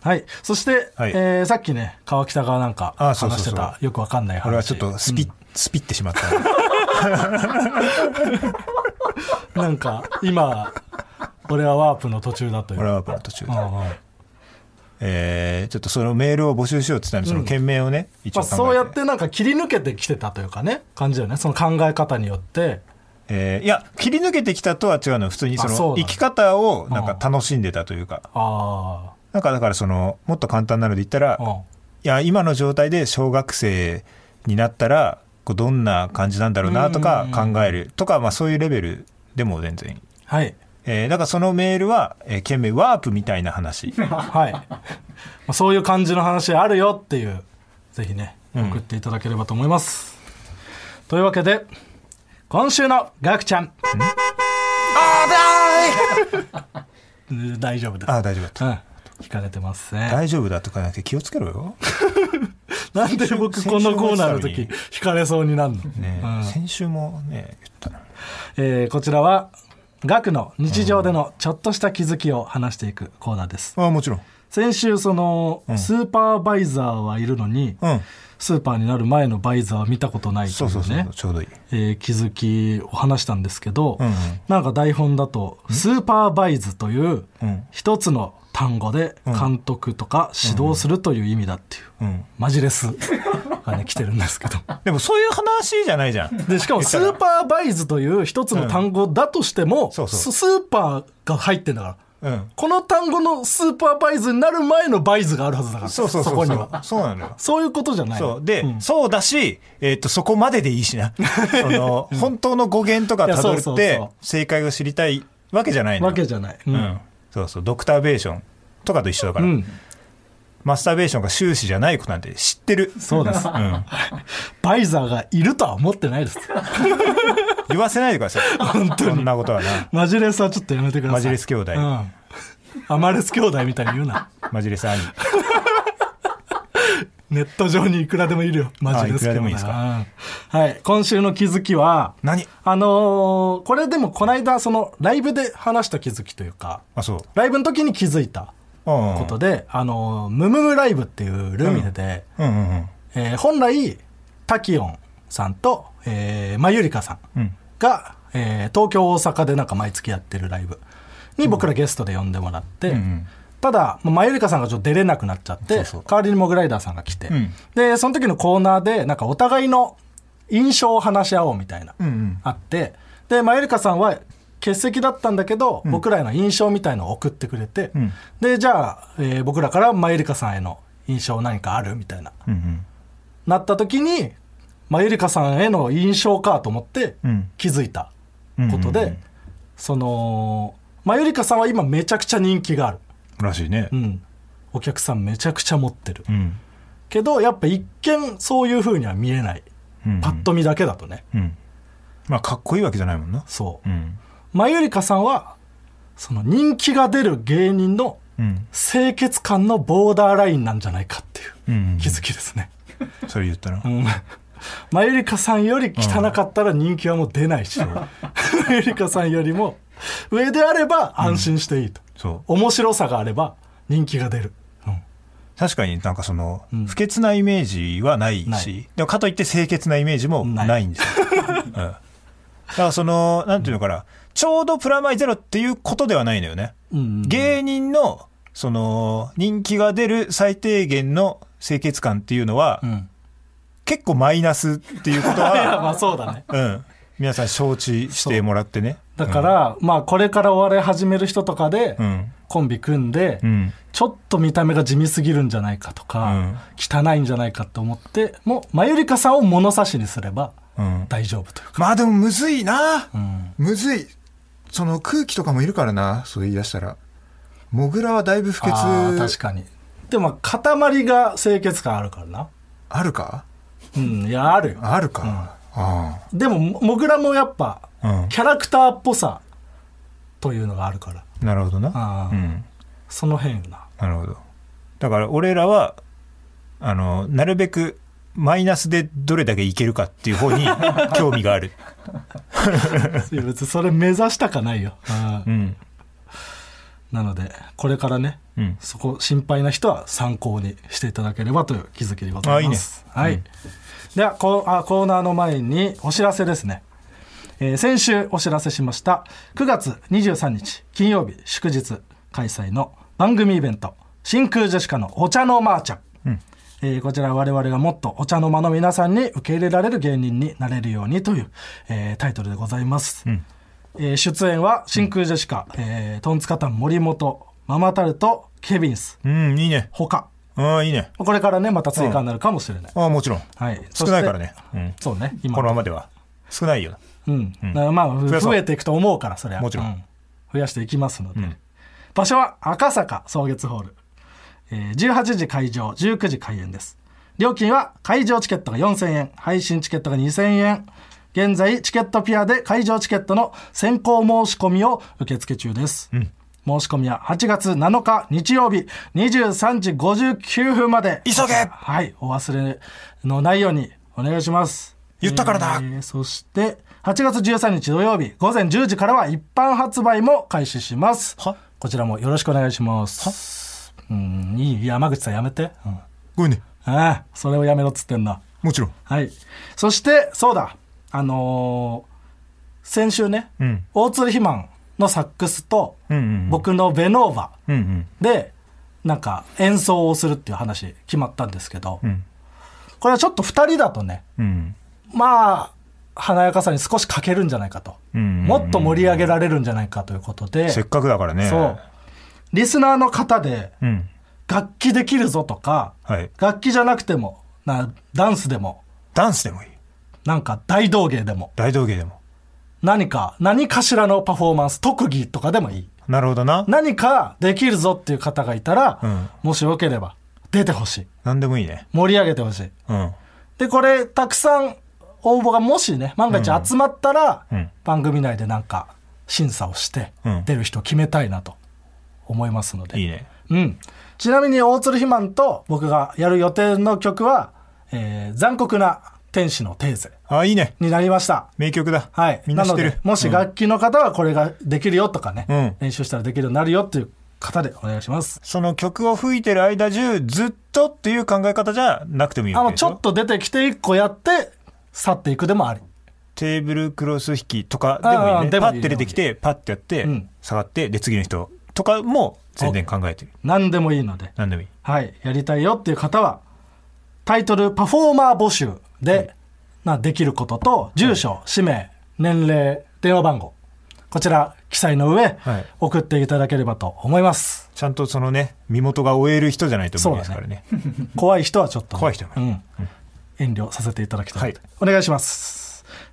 Speaker 3: はいそして、
Speaker 2: はい
Speaker 3: えーさっきね川北がなんか
Speaker 2: あ
Speaker 3: 話
Speaker 2: そうそう
Speaker 3: して
Speaker 2: そう
Speaker 3: たよくわかんない話
Speaker 2: 俺はちょっとスピ,、スピってしま
Speaker 3: <laughs>
Speaker 2: った
Speaker 3: なんか今俺はワープの途中だという
Speaker 2: 俺はこの途中で、
Speaker 3: うんうん
Speaker 2: えーちょっとそのメールを募集しようって言ったんでその件名をね、一
Speaker 3: ま
Speaker 2: 応
Speaker 3: あ、
Speaker 2: 考えて、
Speaker 3: そうやってなんか切り抜けてきてたというかね感じだよねその考え方によって
Speaker 2: えーいや切り抜けてきたとは違うのよ普通にそ
Speaker 3: あそうな
Speaker 2: の
Speaker 3: んだ
Speaker 2: 生き方をなんか楽しんでたというか、
Speaker 3: あ
Speaker 2: なんかだからそのもっと簡単なので言ったら、
Speaker 3: あ、
Speaker 2: い
Speaker 3: うん
Speaker 2: や今の状態で小学生になったらこうどんな感じなんだろうなとか
Speaker 3: うん
Speaker 2: 考えるとか、まあ、そういうレベルでも全然いい、
Speaker 3: はい
Speaker 2: えーだからそのメールは、えー、件名ワープみたいな
Speaker 3: <laughs>
Speaker 2: 話
Speaker 3: はい、まあ、そういう感じの話あるよっていうぜひね
Speaker 2: うん
Speaker 3: 送っていただければと思います、というわけで今週のガクちゃんああだい <laughs> 大丈夫です
Speaker 2: ああ大丈夫だった
Speaker 3: うん聞かれてます
Speaker 2: <laughs>
Speaker 3: ね
Speaker 2: 大丈夫だとかなくて気をつけろ
Speaker 3: <laughs>
Speaker 2: よ、
Speaker 3: なんで僕このコーナーの時
Speaker 2: 先週
Speaker 3: 惹かれそうになるの、
Speaker 2: ね
Speaker 3: うん
Speaker 2: 先週もね言ったな
Speaker 3: えーこちらは学の日常でのちょっとした気づきを話していくコーナーです
Speaker 2: ああもちろん
Speaker 3: 先週その
Speaker 2: ん
Speaker 3: スーパーバイザーはいるのに、
Speaker 2: うん
Speaker 3: スーパーになる前のバイザーは見たことないと
Speaker 2: そ
Speaker 3: いうう
Speaker 2: そうそう、
Speaker 3: ね
Speaker 2: ちょうどいい
Speaker 3: えー気づきを話したんですけど、
Speaker 2: うんうん
Speaker 3: なんか台本だと「スーパーバイズ」という
Speaker 2: うん
Speaker 3: 一つの単語で
Speaker 2: ん
Speaker 3: 監督とか指導するという意味だっていう、
Speaker 2: うん
Speaker 3: マジレス <laughs> がね来てるんですけ
Speaker 2: <laughs>
Speaker 3: ど。
Speaker 2: でもそういう話じゃないじゃん
Speaker 3: でしかもスーパーバイズという一つの単語だとしても、
Speaker 2: そうそう
Speaker 3: ススーパーが入ってんだから
Speaker 2: <laughs> うん
Speaker 3: この単語のスーパーバイズになる前のバイズがあるはずだから
Speaker 2: そうそうそう
Speaker 3: こに
Speaker 2: そう
Speaker 3: は
Speaker 2: そうなのよ
Speaker 3: そういうことじゃない
Speaker 2: そう。で、
Speaker 3: ん
Speaker 2: そうだし、えっ、と、そこまででいいし
Speaker 3: <laughs>
Speaker 2: な。その、本当の語源とかたど
Speaker 3: いやそう
Speaker 2: っ
Speaker 3: そう
Speaker 2: て
Speaker 3: そう、
Speaker 2: 正解を知りたいわけじゃないのよ
Speaker 3: わけじゃない、う
Speaker 2: うんん。そうそう、ドクターベーションとかと一緒だから。
Speaker 3: うん
Speaker 2: マスターベーションが終始じゃないことなんて知ってる。
Speaker 3: そうです
Speaker 2: うん。
Speaker 3: バイザーがいるとは思ってない
Speaker 2: <laughs>
Speaker 3: です
Speaker 2: 言わせないでくださ
Speaker 3: <laughs>
Speaker 2: い。本当に。そんなことはな。
Speaker 3: マジレスはちょっとやめてください
Speaker 2: マジレス兄弟
Speaker 3: うんアマレス兄弟みたいに言うな
Speaker 2: マジレス兄。
Speaker 3: ネット上にいくらでもいるよマジレス
Speaker 2: あいくら
Speaker 3: 兄
Speaker 2: で
Speaker 3: 弟
Speaker 2: もいいですか
Speaker 3: うんはい今週の気づきは
Speaker 2: 何
Speaker 3: あのーこれでもこの間そのライブで話した気づきというか
Speaker 2: あ、そう。
Speaker 3: ライブの時に気づいた
Speaker 2: うん、うん。
Speaker 3: ことで、あのームムムライブっていうルミネで、
Speaker 2: うんうんうん。
Speaker 3: えー本来タキオンさんと、えー、まゆりかさん
Speaker 2: うん。
Speaker 3: が、えー東京大阪でなんか毎月やってるライブに僕らゲストで呼んでもらって、
Speaker 2: うんうん
Speaker 3: ただまあまゆりかさんがちょっと出れなくなっちゃって
Speaker 2: そうそう
Speaker 3: 代わりにモグライダーさんが来て、
Speaker 2: うん
Speaker 3: でその時のコーナーでなんかお互いの印象を話し合おうみたいな、
Speaker 2: うんうん
Speaker 3: あってでまゆりかさんは欠席だったんだけど、僕らへの印象みたいのを送ってくれて、
Speaker 2: うん
Speaker 3: でじゃあ、えー僕らからまゆりかさんへの印象何かあるみたいな
Speaker 2: うんうん。
Speaker 3: なった時に、まあ、ゆりかさんへの印象かと思って
Speaker 2: うん
Speaker 3: 気づいたことで、
Speaker 2: うんうんうん
Speaker 3: その、まあ、ゆりかさんは今めちゃくちゃ人気がある。
Speaker 2: らしいね
Speaker 3: う。ん。お客さんめちゃくちゃ持ってる。
Speaker 2: うん。
Speaker 3: けど、やっぱ一見そういう風には見えない。
Speaker 2: うん。
Speaker 3: パッ。と見だけだとね。
Speaker 2: うん。まあ、かっこいいわけじゃないもんな。
Speaker 3: そう
Speaker 2: う。ん。
Speaker 3: まゆりかさんは、その人気が出る芸人の
Speaker 2: うん。
Speaker 3: 清潔感のボーダーラインなんじゃないかっていう
Speaker 2: うん、
Speaker 3: 気づきですね。
Speaker 2: それ言ったら、
Speaker 3: うんまゆりかさんより汚かったら人気はもう出ないし、まゆりかさんよりも上であれば安心していいと、
Speaker 2: そう
Speaker 3: 面白さがあれば人気が出る、うん
Speaker 2: 確かになんかその、不潔なイメージはないし
Speaker 3: ない
Speaker 2: でもかといって清潔なイメージも
Speaker 3: ない
Speaker 2: ないんです
Speaker 3: <laughs>
Speaker 2: よ、うん、だからそのなんていうのかな、ちょうどプラマイゼロっていうことではないのよね、
Speaker 3: うん
Speaker 2: 芸人のその人気が出る最低限の清潔感っていうのは、
Speaker 3: ん
Speaker 2: 結構マイナスっていうこと
Speaker 3: <laughs> いやま
Speaker 2: は、
Speaker 3: あそうだね
Speaker 2: うん、皆さん承知してもらってね
Speaker 3: だから、まあこれからお笑い始める人とかで、
Speaker 2: うん
Speaker 3: コンビ組んで、
Speaker 2: うん
Speaker 3: ちょっと見た目が地味すぎるんじゃないかと
Speaker 2: うん
Speaker 3: か、汚いんじゃないかと思ってもまゆりかさんを物差しにすれば
Speaker 2: うん
Speaker 3: 大丈夫というか、
Speaker 2: まあでもむずいな、
Speaker 3: ん
Speaker 2: むずいその空気とかもいるからなそう言い出したらモグラはだいぶ不
Speaker 3: あー
Speaker 2: 潔
Speaker 3: 確かにでもまあ塊が清潔感あるからな
Speaker 2: あるか
Speaker 3: うんいやあるよ
Speaker 2: あるか。う
Speaker 3: でもももぐらもやっぱ
Speaker 2: ん。うん。
Speaker 3: キャラクターっぽさというのがあるから
Speaker 2: なるほどな。
Speaker 3: あ
Speaker 2: う
Speaker 3: ー、
Speaker 2: ん。
Speaker 3: その辺な
Speaker 2: なるほど。だから俺らは、あの、なるべくマイナスでどれだけいけるかっていう方
Speaker 3: <laughs>
Speaker 2: に興味がある。
Speaker 3: いや別にそれ目指したかないよ、あ
Speaker 2: う
Speaker 3: ー
Speaker 2: ん。
Speaker 3: なのでこれからね
Speaker 2: うん。
Speaker 3: そこ心配な人は参考にしていただければという気づきでございます。
Speaker 2: あいいね
Speaker 3: はい。ではこうあコーナーの前にお知らせですね。えー先週お知らせしました9月23日金曜日祝日開催の番組イベント真空ジェシカのお茶のマーチャ、
Speaker 2: ん
Speaker 3: えーこちら我々がもっとお茶の間の皆さんに受け入れられる芸人になれるようにという、えータイトルでございます、
Speaker 2: ん
Speaker 3: えー出演は真空ジェシカ、えートンツカタン森本ママタルトケビンス
Speaker 2: うん、いいね。
Speaker 3: ほか
Speaker 2: うん、いいね。
Speaker 3: これからねまた追加になるかもしれない、
Speaker 2: ああ、もちろん。
Speaker 3: はい、
Speaker 2: 少ないからね
Speaker 3: そし。
Speaker 2: う
Speaker 3: て
Speaker 2: ん。
Speaker 3: そうね今
Speaker 2: このままでは。少ないよ。
Speaker 3: うん、だからまあ
Speaker 2: 増やそう
Speaker 3: 増えていくと思うからそれは
Speaker 2: もちろん
Speaker 3: 増やしていきますので、
Speaker 2: ん
Speaker 3: 場所は赤坂草月ホール、えー18時開場19時開演です料金は会場チケットが4000円配信チケットが2000円現在チケットピアで会場チケットの先行申し込みを受付中です、申し込みは8月7日日曜日23時59分まで
Speaker 2: 急げ
Speaker 3: はい、お忘れのないようにお願いします。
Speaker 2: 言ったからだ
Speaker 3: えーそして、8月13日土曜日午前10時からは一般発売も開始します。
Speaker 2: は
Speaker 3: こちらもよろしくお願いします。うん、いい、山口さんやめて。うん、
Speaker 2: ごめんね。
Speaker 3: ああ、それをやめろっつってんだ。
Speaker 2: もちろん。
Speaker 3: はい。そして、そうだ、あのー先週ね、
Speaker 2: うん
Speaker 3: 大鶴肥満のサックスと、
Speaker 2: うんうんうん
Speaker 3: 僕のベノーバ
Speaker 2: うんうん。
Speaker 3: で、なんか演奏をするっていう話決まったんですけど、
Speaker 2: ん
Speaker 3: これはちょっと2人だとね
Speaker 2: うん。
Speaker 3: まあ華やかさに少し欠けるんじゃないかと、
Speaker 2: うんうんうん
Speaker 3: もっと盛り上げられるんじゃないかということで
Speaker 2: せっかくだからね。
Speaker 3: そうリスナーの方で
Speaker 2: う。うん。
Speaker 3: 楽器できるぞとか、
Speaker 2: はい。
Speaker 3: 楽器じゃなくてもなダンスでも
Speaker 2: ダンスでもいい。
Speaker 3: なんか大道芸でも
Speaker 2: 大道芸でも。
Speaker 3: 何か何かしらのパフォーマンス特技とかでもいい
Speaker 2: なるほどな。
Speaker 3: 何かできるぞっていう方がいたら、
Speaker 2: うん
Speaker 3: もしよければ出てほしい
Speaker 2: なんでもいいね。
Speaker 3: 盛り上げてほしい
Speaker 2: うん。
Speaker 3: でこれたくさん応募がもしね万が一集まったら、
Speaker 2: うん
Speaker 3: 番組内でなんか審査をして、
Speaker 2: うん
Speaker 3: 出る人を決めたいなと思いますので
Speaker 2: いいね。
Speaker 3: うん、ちなみに大鶴肥満と僕がやる予定の曲は「えー残酷な天使のテーゼ
Speaker 2: あ、いいね」。
Speaker 3: になりました
Speaker 2: 名曲だ。
Speaker 3: はい
Speaker 2: みんな知って
Speaker 3: の
Speaker 2: る
Speaker 3: で。もし
Speaker 2: うん
Speaker 3: 楽器の方はこれができるよとかね、
Speaker 2: うん
Speaker 3: 練習したらできるようになるよっていう方でお願いします
Speaker 2: その曲を吹いてる間中、ずっとっていう考え方じゃなくてもいい
Speaker 3: あ
Speaker 2: わ
Speaker 3: の
Speaker 2: けでし
Speaker 3: ちょっと出てきて一個やって去っていくでもあり
Speaker 2: テーブルクロス引きとかでもいい
Speaker 3: あ
Speaker 2: ね。
Speaker 3: あで
Speaker 2: パ
Speaker 3: もいい
Speaker 2: ッて出てきて、パッてやって
Speaker 3: うん、
Speaker 2: 下がって、で、次の人とかも全然考えてる。
Speaker 3: 何でもいいので
Speaker 2: なんでもいい。
Speaker 3: はい、やりたいよっていう方は、タイトルパフォーマー募集で、なできることと、住所、氏名、年齢、電話番号、こちら記載の上、
Speaker 2: はい
Speaker 3: 送っていただければと思います。
Speaker 2: ちゃんとそのね、身元が終える人じゃないと無理ですからね。
Speaker 3: 怖い人はちょっとね、
Speaker 2: 怖い人は
Speaker 3: う
Speaker 2: 無理
Speaker 3: ん、遠慮させていただきたいので、
Speaker 2: はい
Speaker 3: お願いします。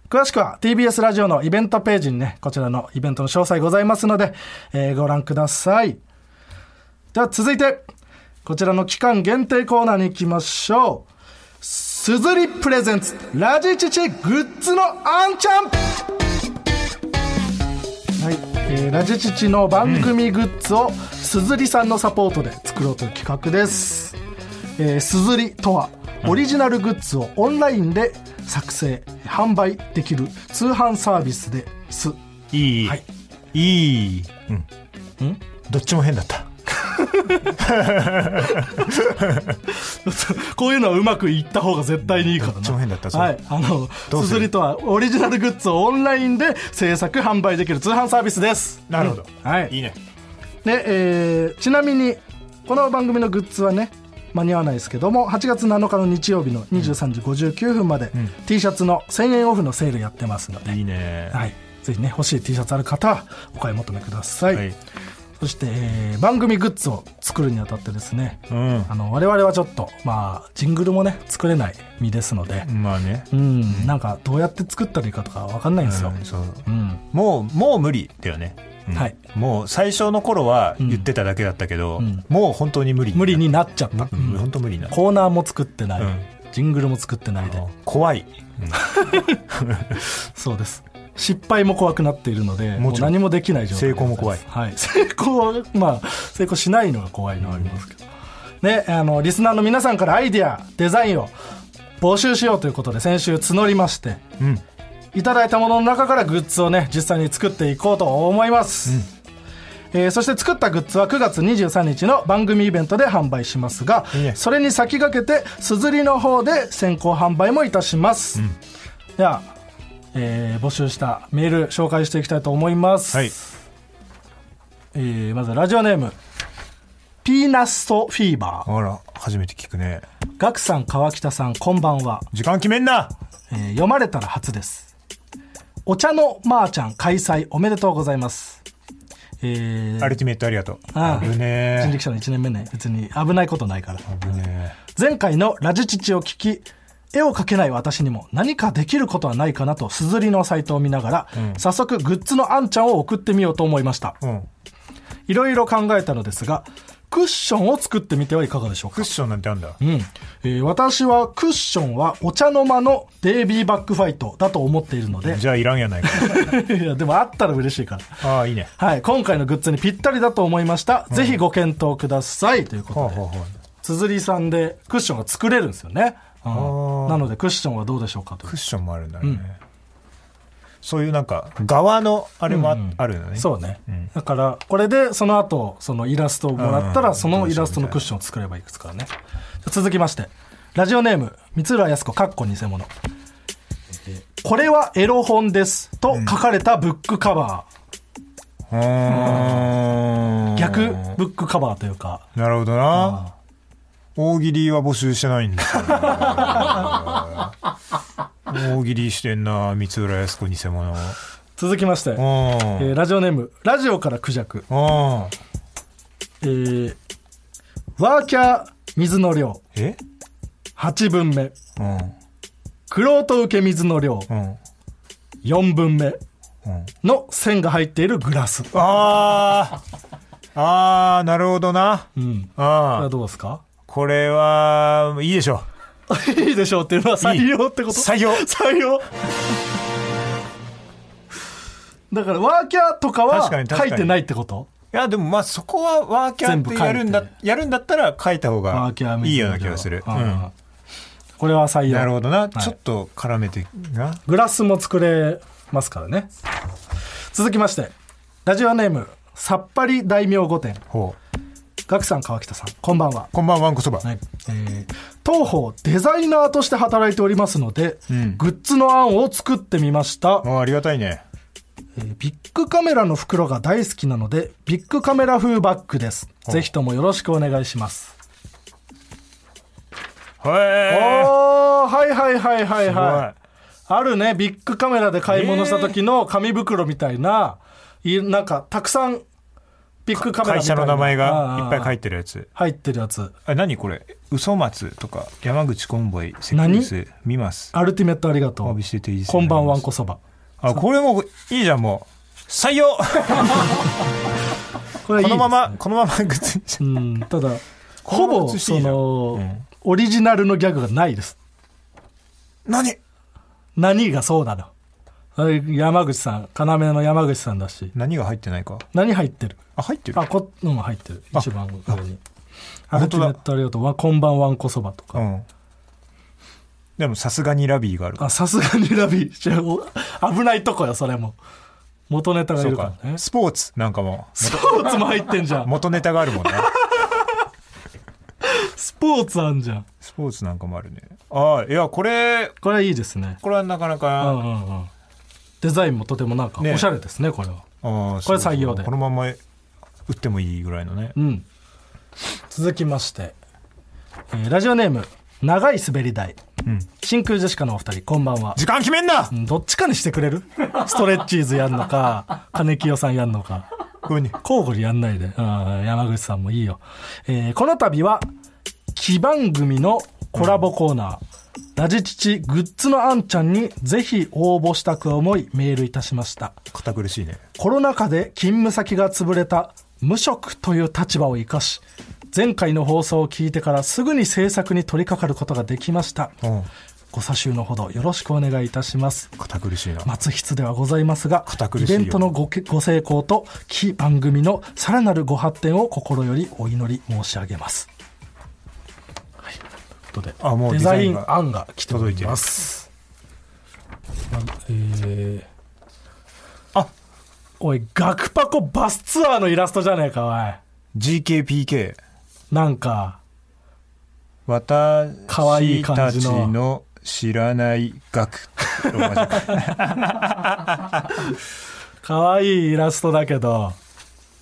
Speaker 3: 詳しくは TBS ラジオのイベントページにね、こちらのイベントの詳細ございますので、えーご覧ください。では続いてこちらの期間限定コーナーに行きましょうすずりプレゼンツラジチチグッズのあんちゃんはい、えーラジチチの番組グッズをすずりさんのサポートで作ろうという企画ですえーすずりとはオリジナルグッズをオンラインで作成販売できる通販サービスです
Speaker 2: いい
Speaker 3: はい。
Speaker 2: いい。うん。
Speaker 3: ん
Speaker 2: どっちも変だった。
Speaker 3: <laughs> こういうのはうまくいった方が絶対にいいからな。
Speaker 2: どっちも変だったそう
Speaker 3: はい。あの、
Speaker 2: どう
Speaker 3: す
Speaker 2: する
Speaker 3: ずりとはオリジナルグッズをオンラインで制作、販売できる通販サービスです。
Speaker 2: なるほど。
Speaker 3: うんはい。
Speaker 2: いいね。
Speaker 3: で、えーちなみに、この番組のグッズはね、間に合わないですけども、8月7日の日曜日の23時59分まで、T シャツの1000円オフのセールやってますので、
Speaker 2: いいね。
Speaker 3: はい。ぜひね、欲しい T シャツある方はお買い求めください。
Speaker 2: はい
Speaker 3: そして、えー番組グッズを作るにあたってですね、
Speaker 2: うん。
Speaker 3: あの我々はちょっとまあジングルもね作れない身ですので
Speaker 2: まあね。
Speaker 3: うんなんかどうやって作ったらいいかとかわかんないんですよ、
Speaker 2: うんそう
Speaker 3: うん
Speaker 2: もう、もう無理だよね。
Speaker 3: はい
Speaker 2: もう最初の頃は言ってただけだったけど、もう本当に無理
Speaker 3: 無理になっちゃった、
Speaker 2: うん本当無理にな
Speaker 3: コーナーも作ってない、
Speaker 2: うん
Speaker 3: ジングルも作ってないで
Speaker 2: 怖い、
Speaker 3: そうです失敗も怖くなっているのでも
Speaker 2: も
Speaker 3: う
Speaker 2: ちろん
Speaker 3: 何もできない状態
Speaker 2: 成功も怖い
Speaker 3: はい、 <laughs> 成功はまあ成功しないのが怖いのはありますけど、ねあのリスナーの皆さんからアイディアデザインを募集しようということで先週募りまして
Speaker 2: うん、
Speaker 3: いただいたものの中からグッズをね実際に作っていこうと思います、えーそして作ったグッズは9月23日の番組イベントで販売しますが
Speaker 2: いいね
Speaker 3: それに先駆けてすずりの方で先行販売もいたします、では、えー募集したメール紹介していきたいと思います、
Speaker 2: はい
Speaker 3: えーまずラジオネームピーナストフィーバー
Speaker 2: あら初めて聞くね
Speaker 3: ガクさん川北さんこんばんは
Speaker 2: 時間決めんな
Speaker 3: えー読まれたら初ですお茶のまーちゃん開催おめでとうございますえー
Speaker 2: アルティメットありがとう
Speaker 3: ああ
Speaker 2: 危ね
Speaker 3: 人
Speaker 2: え
Speaker 3: 力車の1年目ね別に危ないことないから
Speaker 2: 危ね
Speaker 3: 前回のラジチチを聞き絵を描けない私にも何かできることはないかなとすずりのサイトを見ながら、早速グッズのあんちゃんを送ってみようと思いました
Speaker 2: えうん
Speaker 3: いろいろ考えたのですがクッションを作ってみてはいかがでしょうか
Speaker 2: クッションなんてあんだ
Speaker 3: うんえー私はクッションはお茶の間のデイビーバックファイトだと思っているので、
Speaker 2: じゃあいらんやない
Speaker 3: <laughs>
Speaker 2: か
Speaker 3: いや、でもあったら嬉しいから。
Speaker 2: ああいいね
Speaker 3: はい、今回のグッズにぴったりだと思いました。ぜひご検討ください。というこ
Speaker 2: ほう
Speaker 3: と
Speaker 2: ほうほ
Speaker 3: で、
Speaker 2: う
Speaker 3: つづりさんでクッションが作れるんですよね。うん
Speaker 2: ー
Speaker 3: なのでクッションはどうでしょうかという
Speaker 2: クッションもあるんだね、そういうなんか側のあれもあ,、あるのね
Speaker 3: そうね、だからこれでその後そのイラストをもらった
Speaker 2: う
Speaker 3: ら
Speaker 2: ん
Speaker 3: そのイラストのクッションを作ればいくつからね続きましてラジオネーム三浦靖子かっこ偽物えーこれはエロ本ですと書かれたブックカバ
Speaker 2: うーん
Speaker 3: ー逆ブックカバーというか
Speaker 2: なるほどな大喜利は募集してないんだ
Speaker 3: <laughs>
Speaker 2: 大喜利してんな三浦靖子偽物
Speaker 3: 続きまして、
Speaker 2: うん
Speaker 3: えーラジオネームラジオからクジャク、
Speaker 2: うん
Speaker 3: えーワーキャー水の量
Speaker 2: え
Speaker 3: 8分目
Speaker 2: うん
Speaker 3: クロート受け水の量
Speaker 2: うん
Speaker 3: 4分目
Speaker 2: うん
Speaker 3: の線が入っているグラス、
Speaker 2: あーあーなるほどな
Speaker 3: うん、こ
Speaker 2: あ
Speaker 3: れはどうですか
Speaker 2: これはいいでしょ
Speaker 3: いいでしょうっていうのは採用って
Speaker 2: う
Speaker 3: こと
Speaker 2: 採用
Speaker 3: 採用だからワーキャーとかは
Speaker 2: 確かに確か
Speaker 3: 書
Speaker 2: に
Speaker 3: いてないってこと
Speaker 2: いやでもまあそこはワーキャーってやるんだ
Speaker 3: 全部
Speaker 2: やるんだったら書いた方
Speaker 3: ワ
Speaker 2: が
Speaker 3: ーキャー
Speaker 2: いい
Speaker 3: 水
Speaker 2: よ
Speaker 3: の
Speaker 2: う
Speaker 3: 量
Speaker 2: な気がする、う
Speaker 3: うん
Speaker 2: ん、
Speaker 3: これは採用
Speaker 2: なるほどな、
Speaker 3: い
Speaker 2: ちょっと絡めてな
Speaker 3: グラスも作れますからね続きましてラジオネームさっぱり大名御殿
Speaker 2: ほう
Speaker 3: ガクさん川北さんこんばんは、
Speaker 2: こんばんはわんこそば、
Speaker 3: はいえー当方デザイナーとして働いておりますので、グッズの案を作ってみました、
Speaker 2: ああありがたいね
Speaker 3: えービッグカメラの袋が大好きなのでビッグカメラ風バッグですぜひともよろしくお願いしますお
Speaker 2: へえ
Speaker 3: ーはいはいはいはい
Speaker 2: すごい
Speaker 3: はいあるねビッグカメラで買い物した時の紙袋みたいな、いなんかたくさんビッグカメラ
Speaker 2: 会
Speaker 3: みた
Speaker 2: 社
Speaker 3: いな
Speaker 2: の名前がいっぱい書
Speaker 3: 入
Speaker 2: いてるやつ
Speaker 3: 入ってるやつ
Speaker 2: あ何これ嘘松とか山口コンボイセックス見ます
Speaker 3: アルティメットありがと
Speaker 2: お詫
Speaker 3: う
Speaker 2: びしてていいです
Speaker 3: こんばんわんこそば
Speaker 2: あこれもいいじゃんもう採用
Speaker 3: これいい
Speaker 2: このままこのままグッズにし
Speaker 3: うんただ
Speaker 2: この
Speaker 3: ほ
Speaker 2: まま
Speaker 3: ぼ
Speaker 2: 写していい
Speaker 3: そ
Speaker 2: じゃん
Speaker 3: の、オリジナルのギャグがないです
Speaker 2: 何
Speaker 3: 何がそうなのあれ山口さん要の山口さんだし
Speaker 2: 何が入ってないか
Speaker 3: 何入ってる
Speaker 2: あ入ってる
Speaker 3: あこうん入ってる
Speaker 2: あ
Speaker 3: 一番上にア
Speaker 2: 本
Speaker 3: ルテ
Speaker 2: 当
Speaker 3: ィ
Speaker 2: だ
Speaker 3: メットありがとうわこんばんわんこそばとか、
Speaker 2: うんでもさすがにラビーがあるか
Speaker 3: あさすがにラビーじゃあお危ないとこよそれも元ネタ
Speaker 2: らそ
Speaker 3: がい
Speaker 2: う
Speaker 3: るか
Speaker 2: から
Speaker 3: ね
Speaker 2: スポーツなんかも
Speaker 3: スポーツも入ってんじゃん
Speaker 2: 元ネタがあるもん
Speaker 3: <laughs>
Speaker 2: ね
Speaker 3: スポーツあんじゃん
Speaker 2: スポーツなんかもあるねああいやこれ
Speaker 3: これはいいですね
Speaker 2: これはなかな
Speaker 3: うんう
Speaker 2: か、
Speaker 3: んうんデザインもとてもなんか
Speaker 2: ね
Speaker 3: おしゃれですねこれは
Speaker 2: ああ
Speaker 3: これ採用で
Speaker 2: そうそうこのまま打ってもいいぐらいのね
Speaker 3: うん続きまして、えーラジオネーム長い滑り台、真空ジェシカのお二人こんばんは
Speaker 2: 時間決めんな
Speaker 3: うんどっちかにしてくれるストレッチーズやんのか金清さんやんのか
Speaker 2: ごめんね
Speaker 3: 交互にやんないで、うん、山口さんもいいよ、えーこの度は「基番組」のコラボコーナー「ラジ父グッズのあんちゃんにぜひ応募したく思いメールいたしました。
Speaker 2: 堅苦しいね
Speaker 3: コロナ禍で勤務先が潰れた無職という立場を生かし、前回の放送を聞いてからすぐに制作に取り掛かることができました。
Speaker 2: うん
Speaker 3: ご査集のほどよろしくお願いいたします。
Speaker 2: 堅苦しいな、
Speaker 3: 末筆ではございますが
Speaker 2: 堅、苦しい
Speaker 3: イ
Speaker 2: よ
Speaker 3: ベントのごけご成功と、非番組のさらなるご発展を心よりお祈り申し上げます。はい。ということで、
Speaker 2: あもう
Speaker 3: デ
Speaker 2: デ
Speaker 3: ザ
Speaker 2: ザ
Speaker 3: イ
Speaker 2: イン
Speaker 3: ン
Speaker 2: が
Speaker 3: 案が来ておりま
Speaker 2: 届
Speaker 3: す。あえー
Speaker 2: あ
Speaker 3: おい、学パコバスツアーのイラストじゃねえか、お
Speaker 2: GKPK
Speaker 3: い。なんか、可愛
Speaker 2: 私
Speaker 3: い感
Speaker 2: た
Speaker 3: じ
Speaker 2: ち
Speaker 3: の
Speaker 2: の知らない
Speaker 3: <laughs>
Speaker 2: 学ローマ字か
Speaker 3: 可愛いイラストだけど、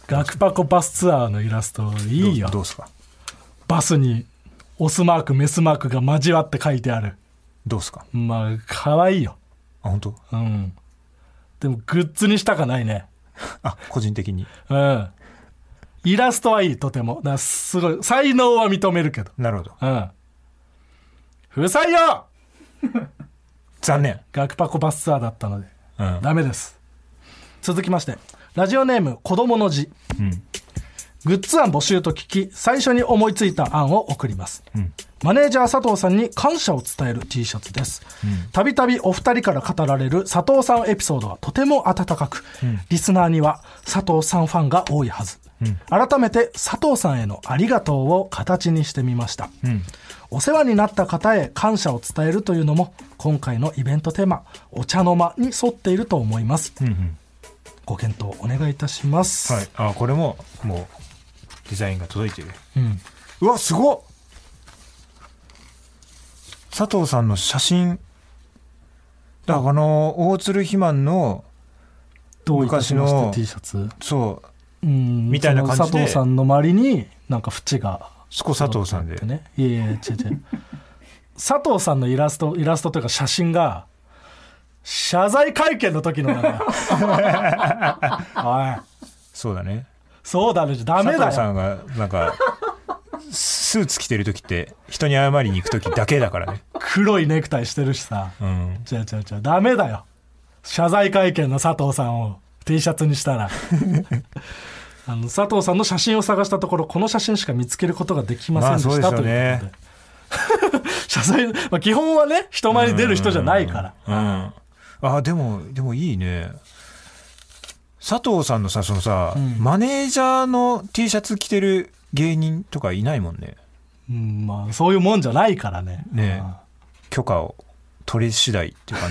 Speaker 3: 学パコバスツアーのイラスト、いいよ。
Speaker 2: どうすか
Speaker 3: バスに、オスマーク、メスマークが交わって書いてある。
Speaker 2: どうすか
Speaker 3: まあ、可愛いよ。
Speaker 2: あ本当
Speaker 3: うん。でも、グッズにしたかないね。
Speaker 2: あ個人的に
Speaker 3: うん。イラストはいい、とても。だすごい。才能は認めるけど。
Speaker 2: なるほど
Speaker 3: うん。不採用
Speaker 2: 残念
Speaker 3: 学パコバスツアーだったので。
Speaker 2: うん
Speaker 3: ダメです。続きまして、ラジオネーム、子供の字。
Speaker 2: うん
Speaker 3: グッズ案募集と聞き、最初に思いついた案を送ります。
Speaker 2: うん
Speaker 3: マネージャー佐藤さんに感謝を伝える T シャツです。たびたびお二人から語られる佐藤さんエピソードはとても温かく、リスナーには佐藤さんファンが多いはず。改めて佐藤さんへのありがとうを形にしてみました。
Speaker 2: うん
Speaker 3: お世話になった方へ感謝を伝えるというのも、今回のイベントテーマ、お茶の間に沿っていると思います。
Speaker 2: うんうん
Speaker 3: ご検討お願いいたします。
Speaker 2: はいあこれももうデザインが届いている
Speaker 3: うん。
Speaker 2: うわすごっ佐藤さんの写真だからあの大鶴肥満の
Speaker 3: どういたしまして
Speaker 2: 昔の
Speaker 3: T シャツ。
Speaker 2: そう
Speaker 3: うん。
Speaker 2: みたいな感じで
Speaker 3: その佐藤さんの周りに、なんか縁が。
Speaker 2: そこ佐藤さんで
Speaker 3: ね。いやいや、違う違う。佐藤さんのイラスト、イラストというか写真が、謝罪会見の時のなんだよおい。
Speaker 2: そうだね
Speaker 3: そうだね。ダメ
Speaker 2: 佐
Speaker 3: だ
Speaker 2: 藤さ
Speaker 3: よ。
Speaker 2: んがなんかスーツ着てる時って人に謝りに行く時だけだからね
Speaker 3: 黒いネクタイしてるしさ。
Speaker 2: うん
Speaker 3: 違う違う違う。ダメだよ。謝罪会見の佐藤さんを T シャツにしたら。 <laughs> あの佐藤さんの写真を探したところこの写真しか見つけることができませんでした、
Speaker 2: まあそう
Speaker 3: と
Speaker 2: で
Speaker 3: いう
Speaker 2: す
Speaker 3: こと
Speaker 2: よ
Speaker 3: で <laughs> 謝罪、まあ、基本はね人前に出る人じゃないから
Speaker 2: うんあでもでもいいね佐藤さんのさそのさ、マネージャーの T シャツ着てる芸人とかいないもんね
Speaker 3: うんまあ、そういうもんじゃないからね
Speaker 2: ね
Speaker 3: ああ
Speaker 2: 許可を取り次第って
Speaker 3: <laughs>
Speaker 2: いう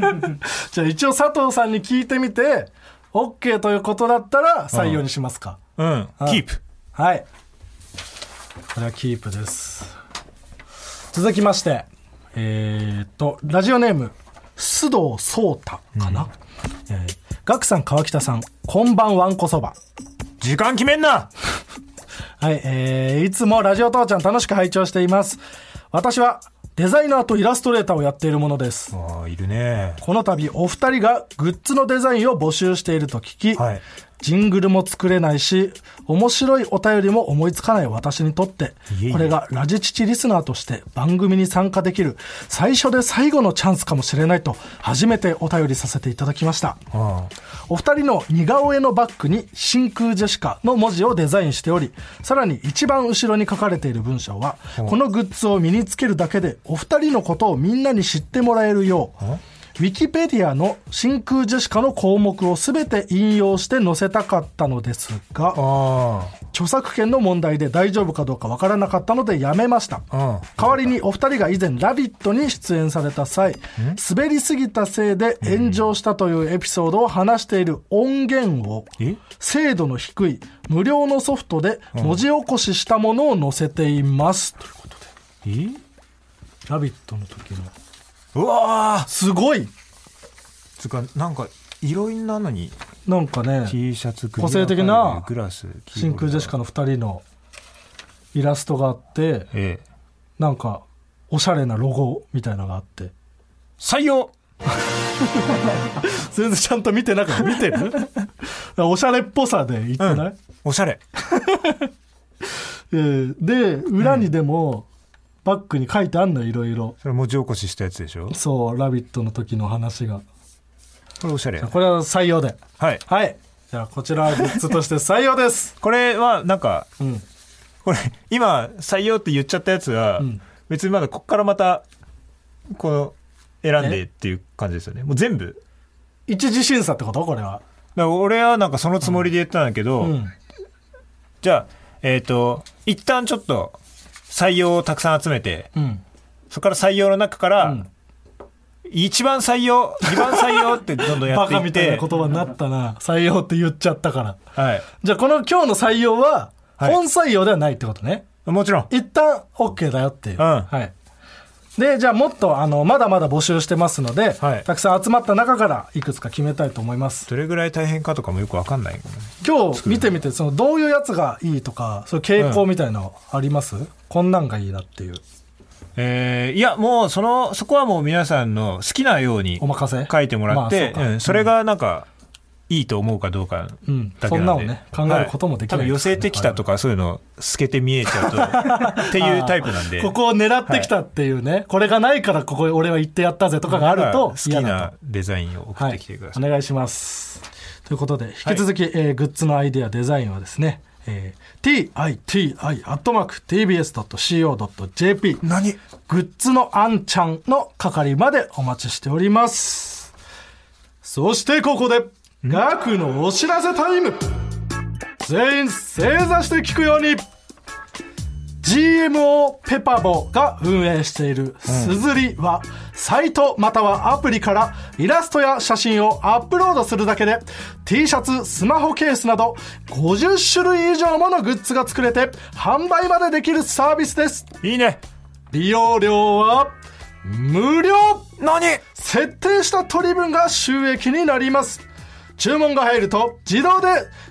Speaker 2: 感じ
Speaker 3: じゃあ一応佐藤さんに聞いてみて OK ということだったら採用にしますか、
Speaker 2: うんキープ
Speaker 3: はい。これはキープです。続きまして、えーっと、ラジオネーム、須藤壮太かな。えーガクさん、川北さん、こんばんわんこそば。
Speaker 2: 時間決めんな
Speaker 3: はい、えー、いつもラジオ父ちゃん楽しく拝聴しています。私は、デザイナーとイラストレーターをやっているものです。
Speaker 2: ああいるね
Speaker 3: この度、お二人がグッズのデザインを募集していると聞き、
Speaker 2: はい
Speaker 3: ジングルも作れないし、面白いお便りも思いつかない私にとって、
Speaker 2: いえいえ
Speaker 3: これがラジチチリスナーとして番組に参加できる最初で最後のチャンスかもしれないと、初めてお便りさせていただきました。
Speaker 2: あ
Speaker 3: お二人の似顔絵のバッグに真空ジェシカの文字をデザインしており、さらに一番後ろに書かれている文章は、このグッズを身につけるだけでお二人のことをみんなに知ってもらえるよう、ウィキペディアの真空ジェシカの項目を全て引用して載せたかったのですが、
Speaker 2: あ
Speaker 3: 著作権の問題で大丈夫かどうかわからなかったのでやめました。
Speaker 2: うん
Speaker 3: 代わりにお二人が以前「ラビット!」に出演された際滑りすぎたせいで炎上したというエピソードを話している音源を
Speaker 2: え
Speaker 3: 精度の低い無料のソフトで文字起こししたものを載せています、ということで
Speaker 2: え
Speaker 3: 「ラビット!」の時の
Speaker 2: うわー
Speaker 3: すごい
Speaker 2: つうかなんかいろいろなのに
Speaker 3: なんかね
Speaker 2: T シャツ首
Speaker 3: 個性的な
Speaker 2: グラス
Speaker 3: 真空ジェシカの二人のイラストがあって
Speaker 2: ええ
Speaker 3: なんかおしゃれなロゴみたいなのがあって
Speaker 2: 採用
Speaker 3: 全然ちゃんと見てなくて見て <laughs> るおしゃれっぽさで言ってない、
Speaker 2: おしゃれ
Speaker 3: えーで裏にでも、バッグに書いてあんのよいろいろ
Speaker 2: それ文字起こししたやつでしょ
Speaker 3: そう「ラビット!」の時の話が
Speaker 2: これおしゃれ
Speaker 3: これは採用で
Speaker 2: はい
Speaker 3: はいじゃあこちらグッズとして採用です
Speaker 2: これはなんか
Speaker 3: うん
Speaker 2: これ今採用って言っちゃったやつは、
Speaker 3: ん
Speaker 2: 別にまだこっからまたこの選んでっていう感じですよねもう全部
Speaker 3: 一次審査ってことこれは
Speaker 2: だから俺はなんかそのつもりで言ったんだけど、
Speaker 3: うん
Speaker 2: じゃあえっ、と一旦ちょっと採用をたくさん集めて
Speaker 3: うん
Speaker 2: そこから採用の中から、
Speaker 3: ん
Speaker 2: 一番採用二番採用ってどんどんや
Speaker 3: <laughs> バ
Speaker 2: ってい
Speaker 3: カ
Speaker 2: って
Speaker 3: みたいな言葉になったな採用って言っちゃったから
Speaker 2: はい
Speaker 3: じゃあこの今日の採用は
Speaker 2: はい
Speaker 3: 本採用ではないってことね、
Speaker 2: もちろん
Speaker 3: 一旦 OK だよっていう、
Speaker 2: ん
Speaker 3: はいでじゃあもっとあのまだまだ募集してますので、
Speaker 2: はい
Speaker 3: たくさん集まった中からいくつか決めたいと思います
Speaker 2: どれぐらい大変かとかもよくわかんないけどね
Speaker 3: 今日見てみてそのどういうやつがいいとかそういう傾向みたいなのあります、こんなんがいいなっていう
Speaker 2: えーいやもうそのそこはもう皆さんの好きなように
Speaker 3: お任せ
Speaker 2: 書いてもらって、
Speaker 3: まあそうか
Speaker 2: うんそれがなんか、いいと思うかどうかだけなんで、
Speaker 3: うんそんなのね考えることもできない
Speaker 2: は多分寄せてきたとかそういうの透けて見えちゃう
Speaker 3: <laughs>
Speaker 2: とっていうタイプなんで
Speaker 3: ここを狙ってきたっていうね、これがないからここへ俺は行ってやったぜとかがあると
Speaker 2: 好き
Speaker 3: 嫌だと
Speaker 2: なデザインを送ってきてください、
Speaker 3: はい、お願いしますということで引き続き、えーグッズのアイデアデザインはですね、えー、titi.tbs.co.jp
Speaker 2: 何
Speaker 3: グッズのあんちゃんの係までお待ちしておりますそしてここで額のお知らせタイム全員正座して聞くように GMO ペパボが運営しているすずりは、サイトまたはアプリからイラストや写真をアップロードするだけで T シャツ、スマホケースなど50種類以上ものグッズが作れて販売までできるサービスです。
Speaker 2: いいね
Speaker 3: 利用料は無料
Speaker 2: 何
Speaker 3: 設定した取り分が収益になります注文が入ると自動で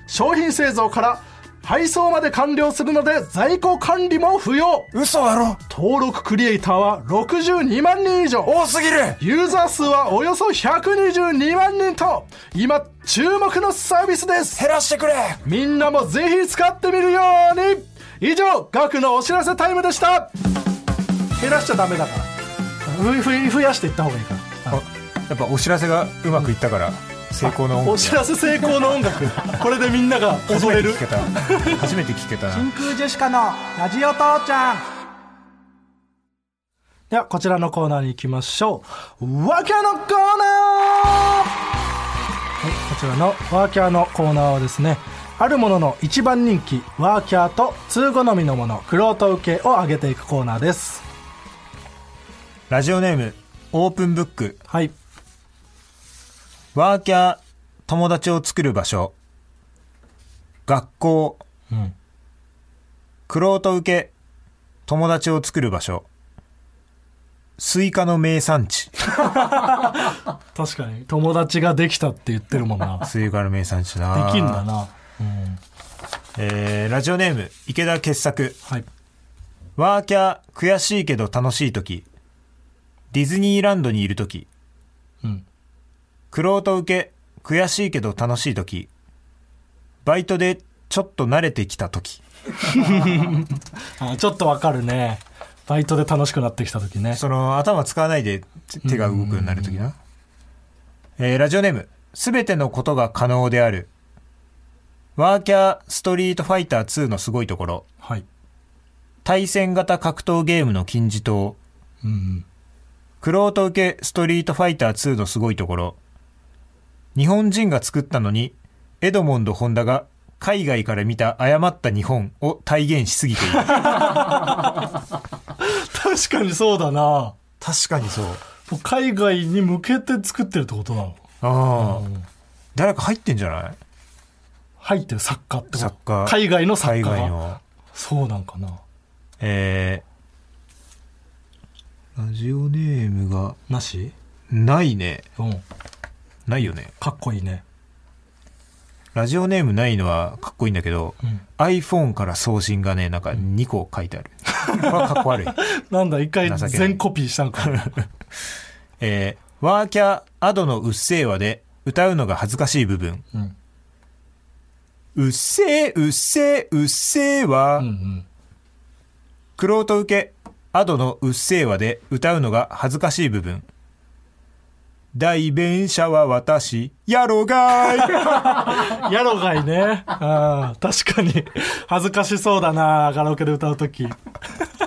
Speaker 3: 商品製造から配送まで完了するので在庫管理も不要
Speaker 2: 嘘だろ
Speaker 3: 登録クリエイターは62万人以上
Speaker 2: 多すぎる
Speaker 3: ユーザー数はおよそ122万人と今注目のサービスです
Speaker 2: らしてくれ
Speaker 3: みんなもぜひ使ってみるように以上額のお知らせタイムでした減らしちゃダメだからふふ増やしていった方がいいから
Speaker 2: やっぱお知らせがうまくいったから成功の音楽
Speaker 3: お知らせ成功の音楽これでみんなが踊れる
Speaker 2: 初めて聞けた
Speaker 3: <laughs>
Speaker 2: 初めて聞けたな
Speaker 3: 空ジェシカのラジオ父ちゃんではこちらのコーナーに行きましょうワーキャーのコーナーはいこちらのワーキャーのコーナーはですねあるものの一番人気ワーキャーと通好みのものクロート受けを上げていくコーナーです
Speaker 2: ラジオネームオープンブック
Speaker 3: はい
Speaker 2: ワーキャー、友達を作る場所。学校。
Speaker 3: うん
Speaker 2: クロート受け、友達を作る場所。スイカの名産
Speaker 3: <laughs>
Speaker 2: 地。
Speaker 3: 確かに友達ができたって言ってるもん <laughs> なで
Speaker 2: スイカの名産地な。
Speaker 3: きんだ。な
Speaker 2: えー、ラジオネーム、池田傑作。
Speaker 3: はい
Speaker 2: ワーキャー、悔しいけど楽しい時。ディズニーランドにいる時。
Speaker 3: うん
Speaker 2: クロート受け、悔しいけど楽しい時。バイトで、ちょっと慣れてきた時。
Speaker 3: あちょっとわかるねバイトで楽しくなってきた時ね
Speaker 2: その頭使わないで手手が動くようになるときな。えーラジオネーム、すべてのことが可能である。ワーキャーストリートファイター2のすごいところ。
Speaker 3: はい
Speaker 2: 対戦型格闘ゲームの金字塔。クロート受けストリートファイター2のすごいところ。日本人が作ったのに、エドモンド・ホンダが海外から見た誤った日本を体現しすぎている。
Speaker 3: 確かにそうだなも
Speaker 2: <laughs> 確かにそう。
Speaker 3: う海外に向けて作ってるってことなの
Speaker 2: ああ。誰か入ってんじゃない
Speaker 3: 入ってる作家ってこと
Speaker 2: 作家
Speaker 3: 海外の作家
Speaker 2: 海
Speaker 3: が
Speaker 2: 外の。
Speaker 3: そうなんかな
Speaker 2: えー、ラジオネームが
Speaker 3: なし
Speaker 2: ないね。
Speaker 3: うん
Speaker 2: ないよね。
Speaker 3: かっこいいね
Speaker 2: ラジオネームないのはかっこいいんだけど、
Speaker 3: うん
Speaker 2: iPhone から送信がね、なんか2個書いて
Speaker 3: <laughs>
Speaker 2: ある。はかっこ悪い。
Speaker 3: なんだ一回
Speaker 2: 情けない
Speaker 3: 全コピーしたん
Speaker 2: <laughs>
Speaker 3: か
Speaker 2: えー、ワーキャーアドのうっせぇわで歌うのが恥ずかしい部分。
Speaker 3: うん
Speaker 2: うっせぇ、うっせぇ、うっせぇわ。
Speaker 3: うんうん
Speaker 2: クロート受け、アドの「うっせぇわ」で歌うのが恥ずかしい部分代弁者は私やろがい
Speaker 3: やろがいね。あー確かに。恥ずかしそうだな、カラオケで歌うとき。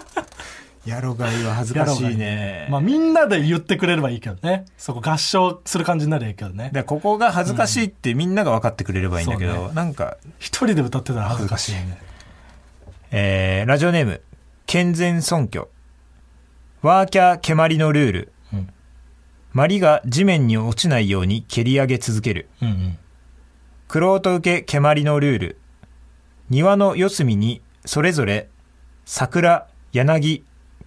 Speaker 2: <laughs> やろがいは恥ずかしいね
Speaker 3: まあみんなで言ってくれればいいけどね。そこ合唱する感じになりゃいいけどね。
Speaker 2: だからここが恥ずかしいってみんなが分かってくれればいいんだけ
Speaker 3: そう
Speaker 2: ど、なんか、
Speaker 3: 一人で歌ってたら恥ずかしいね。
Speaker 2: えーラジオネーム健全尊虚ワーキャー蹴鞠のルール、
Speaker 3: うん
Speaker 2: マリが地面に落ちないように蹴り上げ続ける
Speaker 3: うんうん。
Speaker 2: クロート受け蹴鞠のルール庭の四隅にそれぞれ桜柳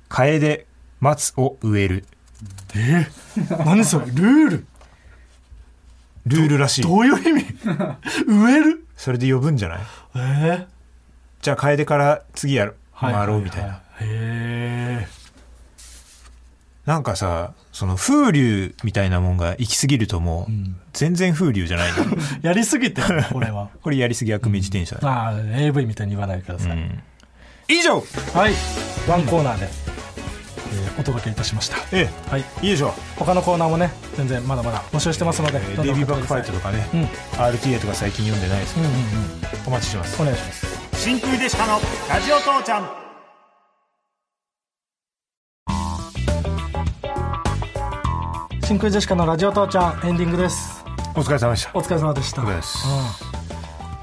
Speaker 2: 楓松を植える
Speaker 3: えー何それルール
Speaker 2: ルールらし
Speaker 3: どういう意味植える
Speaker 2: それで呼ぶんじゃない
Speaker 3: えー、
Speaker 2: じゃあ楓から次やろ,、回ろうみたいな、
Speaker 3: へえ
Speaker 2: なんかさその風流みたいなもんが行き過ぎるともう、全然風流じゃ <laughs> ないの
Speaker 3: やりすぎてこれは <laughs>
Speaker 2: これやりすぎ悪味自転車だ、
Speaker 3: ああ AV みたいに言わないでください、
Speaker 2: うん以上
Speaker 3: はいワンコーナーで、えーお届けいたしました
Speaker 2: え
Speaker 3: はい
Speaker 2: えいいでしょう、
Speaker 3: 他のコーナーもね全然まだまだ募集してますので、
Speaker 2: えー
Speaker 3: どん
Speaker 2: デ
Speaker 3: どん
Speaker 2: イビー
Speaker 3: 送
Speaker 2: バッ
Speaker 3: って
Speaker 2: ク
Speaker 3: く
Speaker 2: ファ
Speaker 3: ださ
Speaker 2: イ
Speaker 3: い
Speaker 2: トとかね、
Speaker 3: うん
Speaker 2: RTA とか最近読んでないですけど、
Speaker 3: うんうん
Speaker 2: お待ちしてます
Speaker 3: うんお願いします
Speaker 2: 真空でしたのラジオ父ちゃん
Speaker 3: 真空ジェシカのラジオ父ちゃんエンディングです
Speaker 2: お疲れ様でした
Speaker 3: お疲れ様でした
Speaker 2: お疲れ様です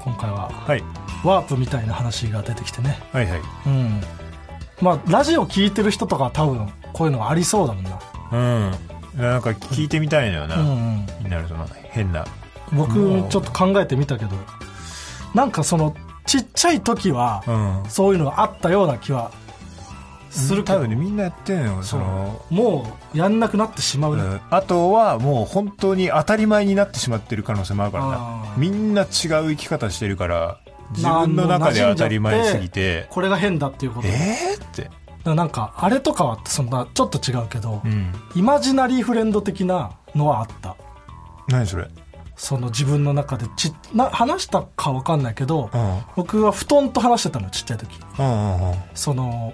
Speaker 3: うん今回は
Speaker 2: はい
Speaker 3: ワープみたいな話が出てきてね
Speaker 2: はいはい
Speaker 3: うんまあラジオ聞いてる人とかは多分こういうのがありそうだもんな
Speaker 2: うんなんか聞いてみたいのよな、
Speaker 3: うんうん
Speaker 2: みんなのその変な
Speaker 3: 僕
Speaker 2: うん
Speaker 3: ちょっと考えてみたけどなんかそのちっちゃい時は
Speaker 2: うん
Speaker 3: そういうのがあったような気はするけ
Speaker 2: 多
Speaker 3: ど、
Speaker 2: 分ねみんなやってんのよその
Speaker 3: もうやんなくなってしまう
Speaker 2: う
Speaker 3: ね、
Speaker 2: んあとはもう本当に当たり前になってしまってる可能性もあるから
Speaker 3: あ
Speaker 2: な
Speaker 3: ー
Speaker 2: みんな違う生き方してるから自分の中で当たり前すぎて
Speaker 3: これが変だっていうことだか
Speaker 2: えー、って、
Speaker 3: らなんかあれとかはそんなちょっと違うけど、
Speaker 2: うん、
Speaker 3: イマジナリーフレンド的なのはあった
Speaker 2: 何それ、
Speaker 3: その自分の中でちな話したか分かんないけど、
Speaker 2: うん、うん
Speaker 3: 僕は布団と話してたのちっちゃい時
Speaker 2: うんうん
Speaker 3: その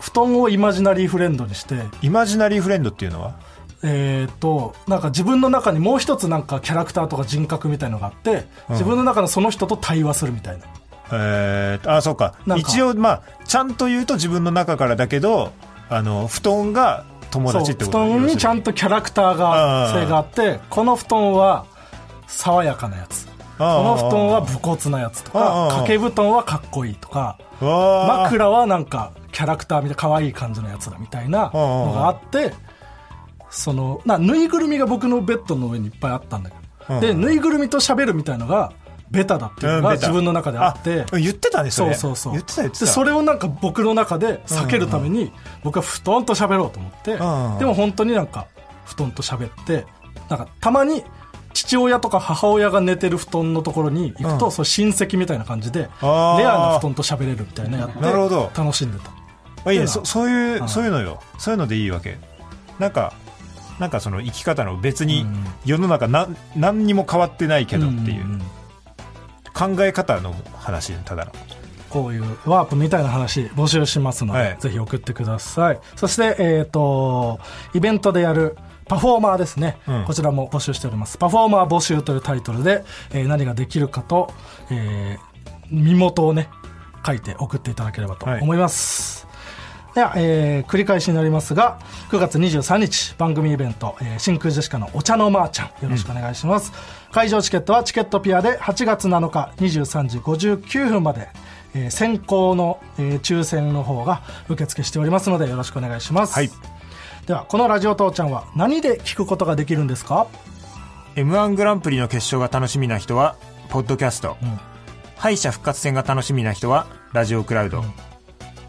Speaker 3: 布団をイマジナリーフレンドにして
Speaker 2: イマジナリーフレンドっていうのは
Speaker 3: えー、となんか自分の中にもう一つなんかキャラクターとか人格みたいのがあって、
Speaker 2: うん
Speaker 3: 自分の中のその人と対話するみたいな
Speaker 2: えー、あそうか
Speaker 3: なんか
Speaker 2: 一応まあちゃんと言うと自分の中からだけどあの布団が友
Speaker 3: そう
Speaker 2: 達って
Speaker 3: 布
Speaker 2: こと
Speaker 3: 団にちゃん
Speaker 2: と
Speaker 3: とキャラクターが
Speaker 2: あー
Speaker 3: 性があってこの布団は爽やかなやつこ
Speaker 2: こ
Speaker 3: の布団は武骨なやつとか
Speaker 2: あー
Speaker 3: 掛け布団はかっこいいとか
Speaker 2: 枕
Speaker 3: 枕はなんかキャラクターみたいな可愛い感じのやつだみたいなのがあってそのなぬいぐるみが僕のベッドの上にいっぱいあったんだけ
Speaker 2: う
Speaker 3: ど
Speaker 2: ん
Speaker 3: でぬいぐるみと喋るみたいのがベタだっていうのが自分の中であって
Speaker 2: 言ってたねそ
Speaker 3: そう
Speaker 2: れ
Speaker 3: そうそう
Speaker 2: 言ってた言ってた
Speaker 3: でそれをなんか僕の中で避けるために僕は布団と喋ろうと思って
Speaker 2: んうん
Speaker 3: でも本当になんか布団と喋ってなんかたまに父親とか母親が寝てる布団のところに行くと、
Speaker 2: うん
Speaker 3: そう親戚みたいな感じでレ
Speaker 2: あー
Speaker 3: アな布団と喋れるみたいなやって
Speaker 2: なるほど
Speaker 3: 楽しんでた
Speaker 2: あいや
Speaker 3: うん
Speaker 2: そそういう、
Speaker 3: うん
Speaker 2: そういうのよそういうのでいいわけなんかなんかその生き方の別に
Speaker 3: うん
Speaker 2: 世の中な何にも変わってないけどっていう
Speaker 3: うんうんうん
Speaker 2: 考え方の話ただの
Speaker 3: こういうワープみたいな話募集しますので、
Speaker 2: はい
Speaker 3: ぜひ送ってくださいそして、えっとイベントでやるパフォーマーですね、
Speaker 2: うん
Speaker 3: こちらも募集しておりますパフォーマー募集というタイトルで、えー何ができるかと、えー身元をね書いて送っていただければと思います、では、えー繰り返しになりますが9月23日番組イベント「えー真空ジェシカのお茶のまーちゃん」よろしくお願いします、会場チケットはチケットピアで8月7日23時59分まで、えー先行の、えー抽選の方が受付しておりますのでよろしくお願いします、
Speaker 2: はい
Speaker 3: ではこの「ラジオ父ちゃん」は何で聞くことができるんですか
Speaker 2: m 1グランプリの決勝が楽しみな人はポッドキャスト、
Speaker 3: ん
Speaker 2: 敗者復活戦が楽しみな人はラジオクラウド、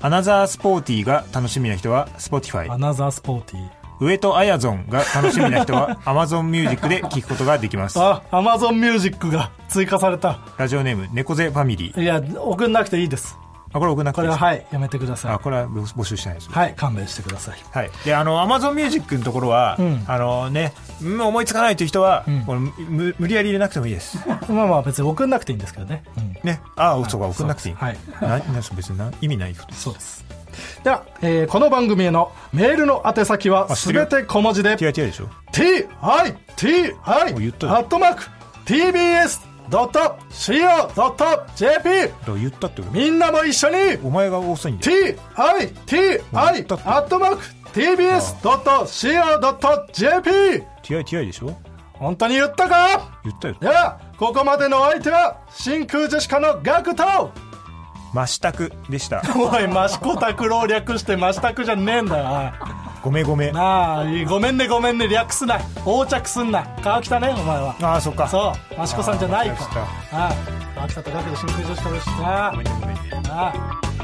Speaker 2: アナザースポーティーが楽しみな人は Spotify
Speaker 3: アナザースポーティー
Speaker 2: 上戸彩ゾンが楽しみな人は
Speaker 3: <laughs>
Speaker 2: Amazon ミュージックで聞くことができます
Speaker 3: あアマゾンミュージックが追加された
Speaker 2: ラジオネーム猫背ファミリー
Speaker 3: いや送んなくていいです
Speaker 2: あこれ僕なく
Speaker 3: こ
Speaker 2: てい
Speaker 3: れ
Speaker 2: いです
Speaker 3: は
Speaker 2: か
Speaker 3: はいやめてくださ
Speaker 2: あ
Speaker 3: い
Speaker 2: これは募集してないです
Speaker 3: はい勘弁してください
Speaker 2: はい、であのアマゾンミュージックのところは、
Speaker 3: うん
Speaker 2: あのね、うん思いつかないという人は、
Speaker 3: ん
Speaker 2: これむ無理やり入れなくてもいいです、
Speaker 3: まあまあ別に送んなくていいんですけどね。うん
Speaker 2: ね、ああ、そうか、送んなくていい、
Speaker 3: はい
Speaker 2: なな別にな意味ないこと
Speaker 3: そうです。では、えーこの番組へのメールの宛先は
Speaker 2: あ知ってるよ
Speaker 3: 全て小文字で
Speaker 2: TITI でしょ
Speaker 3: TITI ア
Speaker 2: もう言ったよ
Speaker 3: ットマーク TBS.CO.JP
Speaker 2: だから言ったってこと
Speaker 3: みんなも一緒に
Speaker 2: お前が遅いんだよ
Speaker 3: TITI アットマーク TBS.CO.JP
Speaker 2: TITI でしょ
Speaker 3: 本当に言ったか
Speaker 2: 言ったよ
Speaker 3: ではここまでのお相手は真空ジェシカのガクと
Speaker 2: 真下くでした
Speaker 3: おいマシコタクロを略してマシタクじゃねえんだよおい
Speaker 2: ごめんごめんあ
Speaker 3: <laughs> なあごめんねごめんね略すな横着すんな川北ねお前は
Speaker 2: あーそっか
Speaker 3: そう益子さんじゃないか
Speaker 2: あー川北
Speaker 3: ああ川北とガクで真空女子としてな
Speaker 2: ごめんねごめんね
Speaker 3: ああ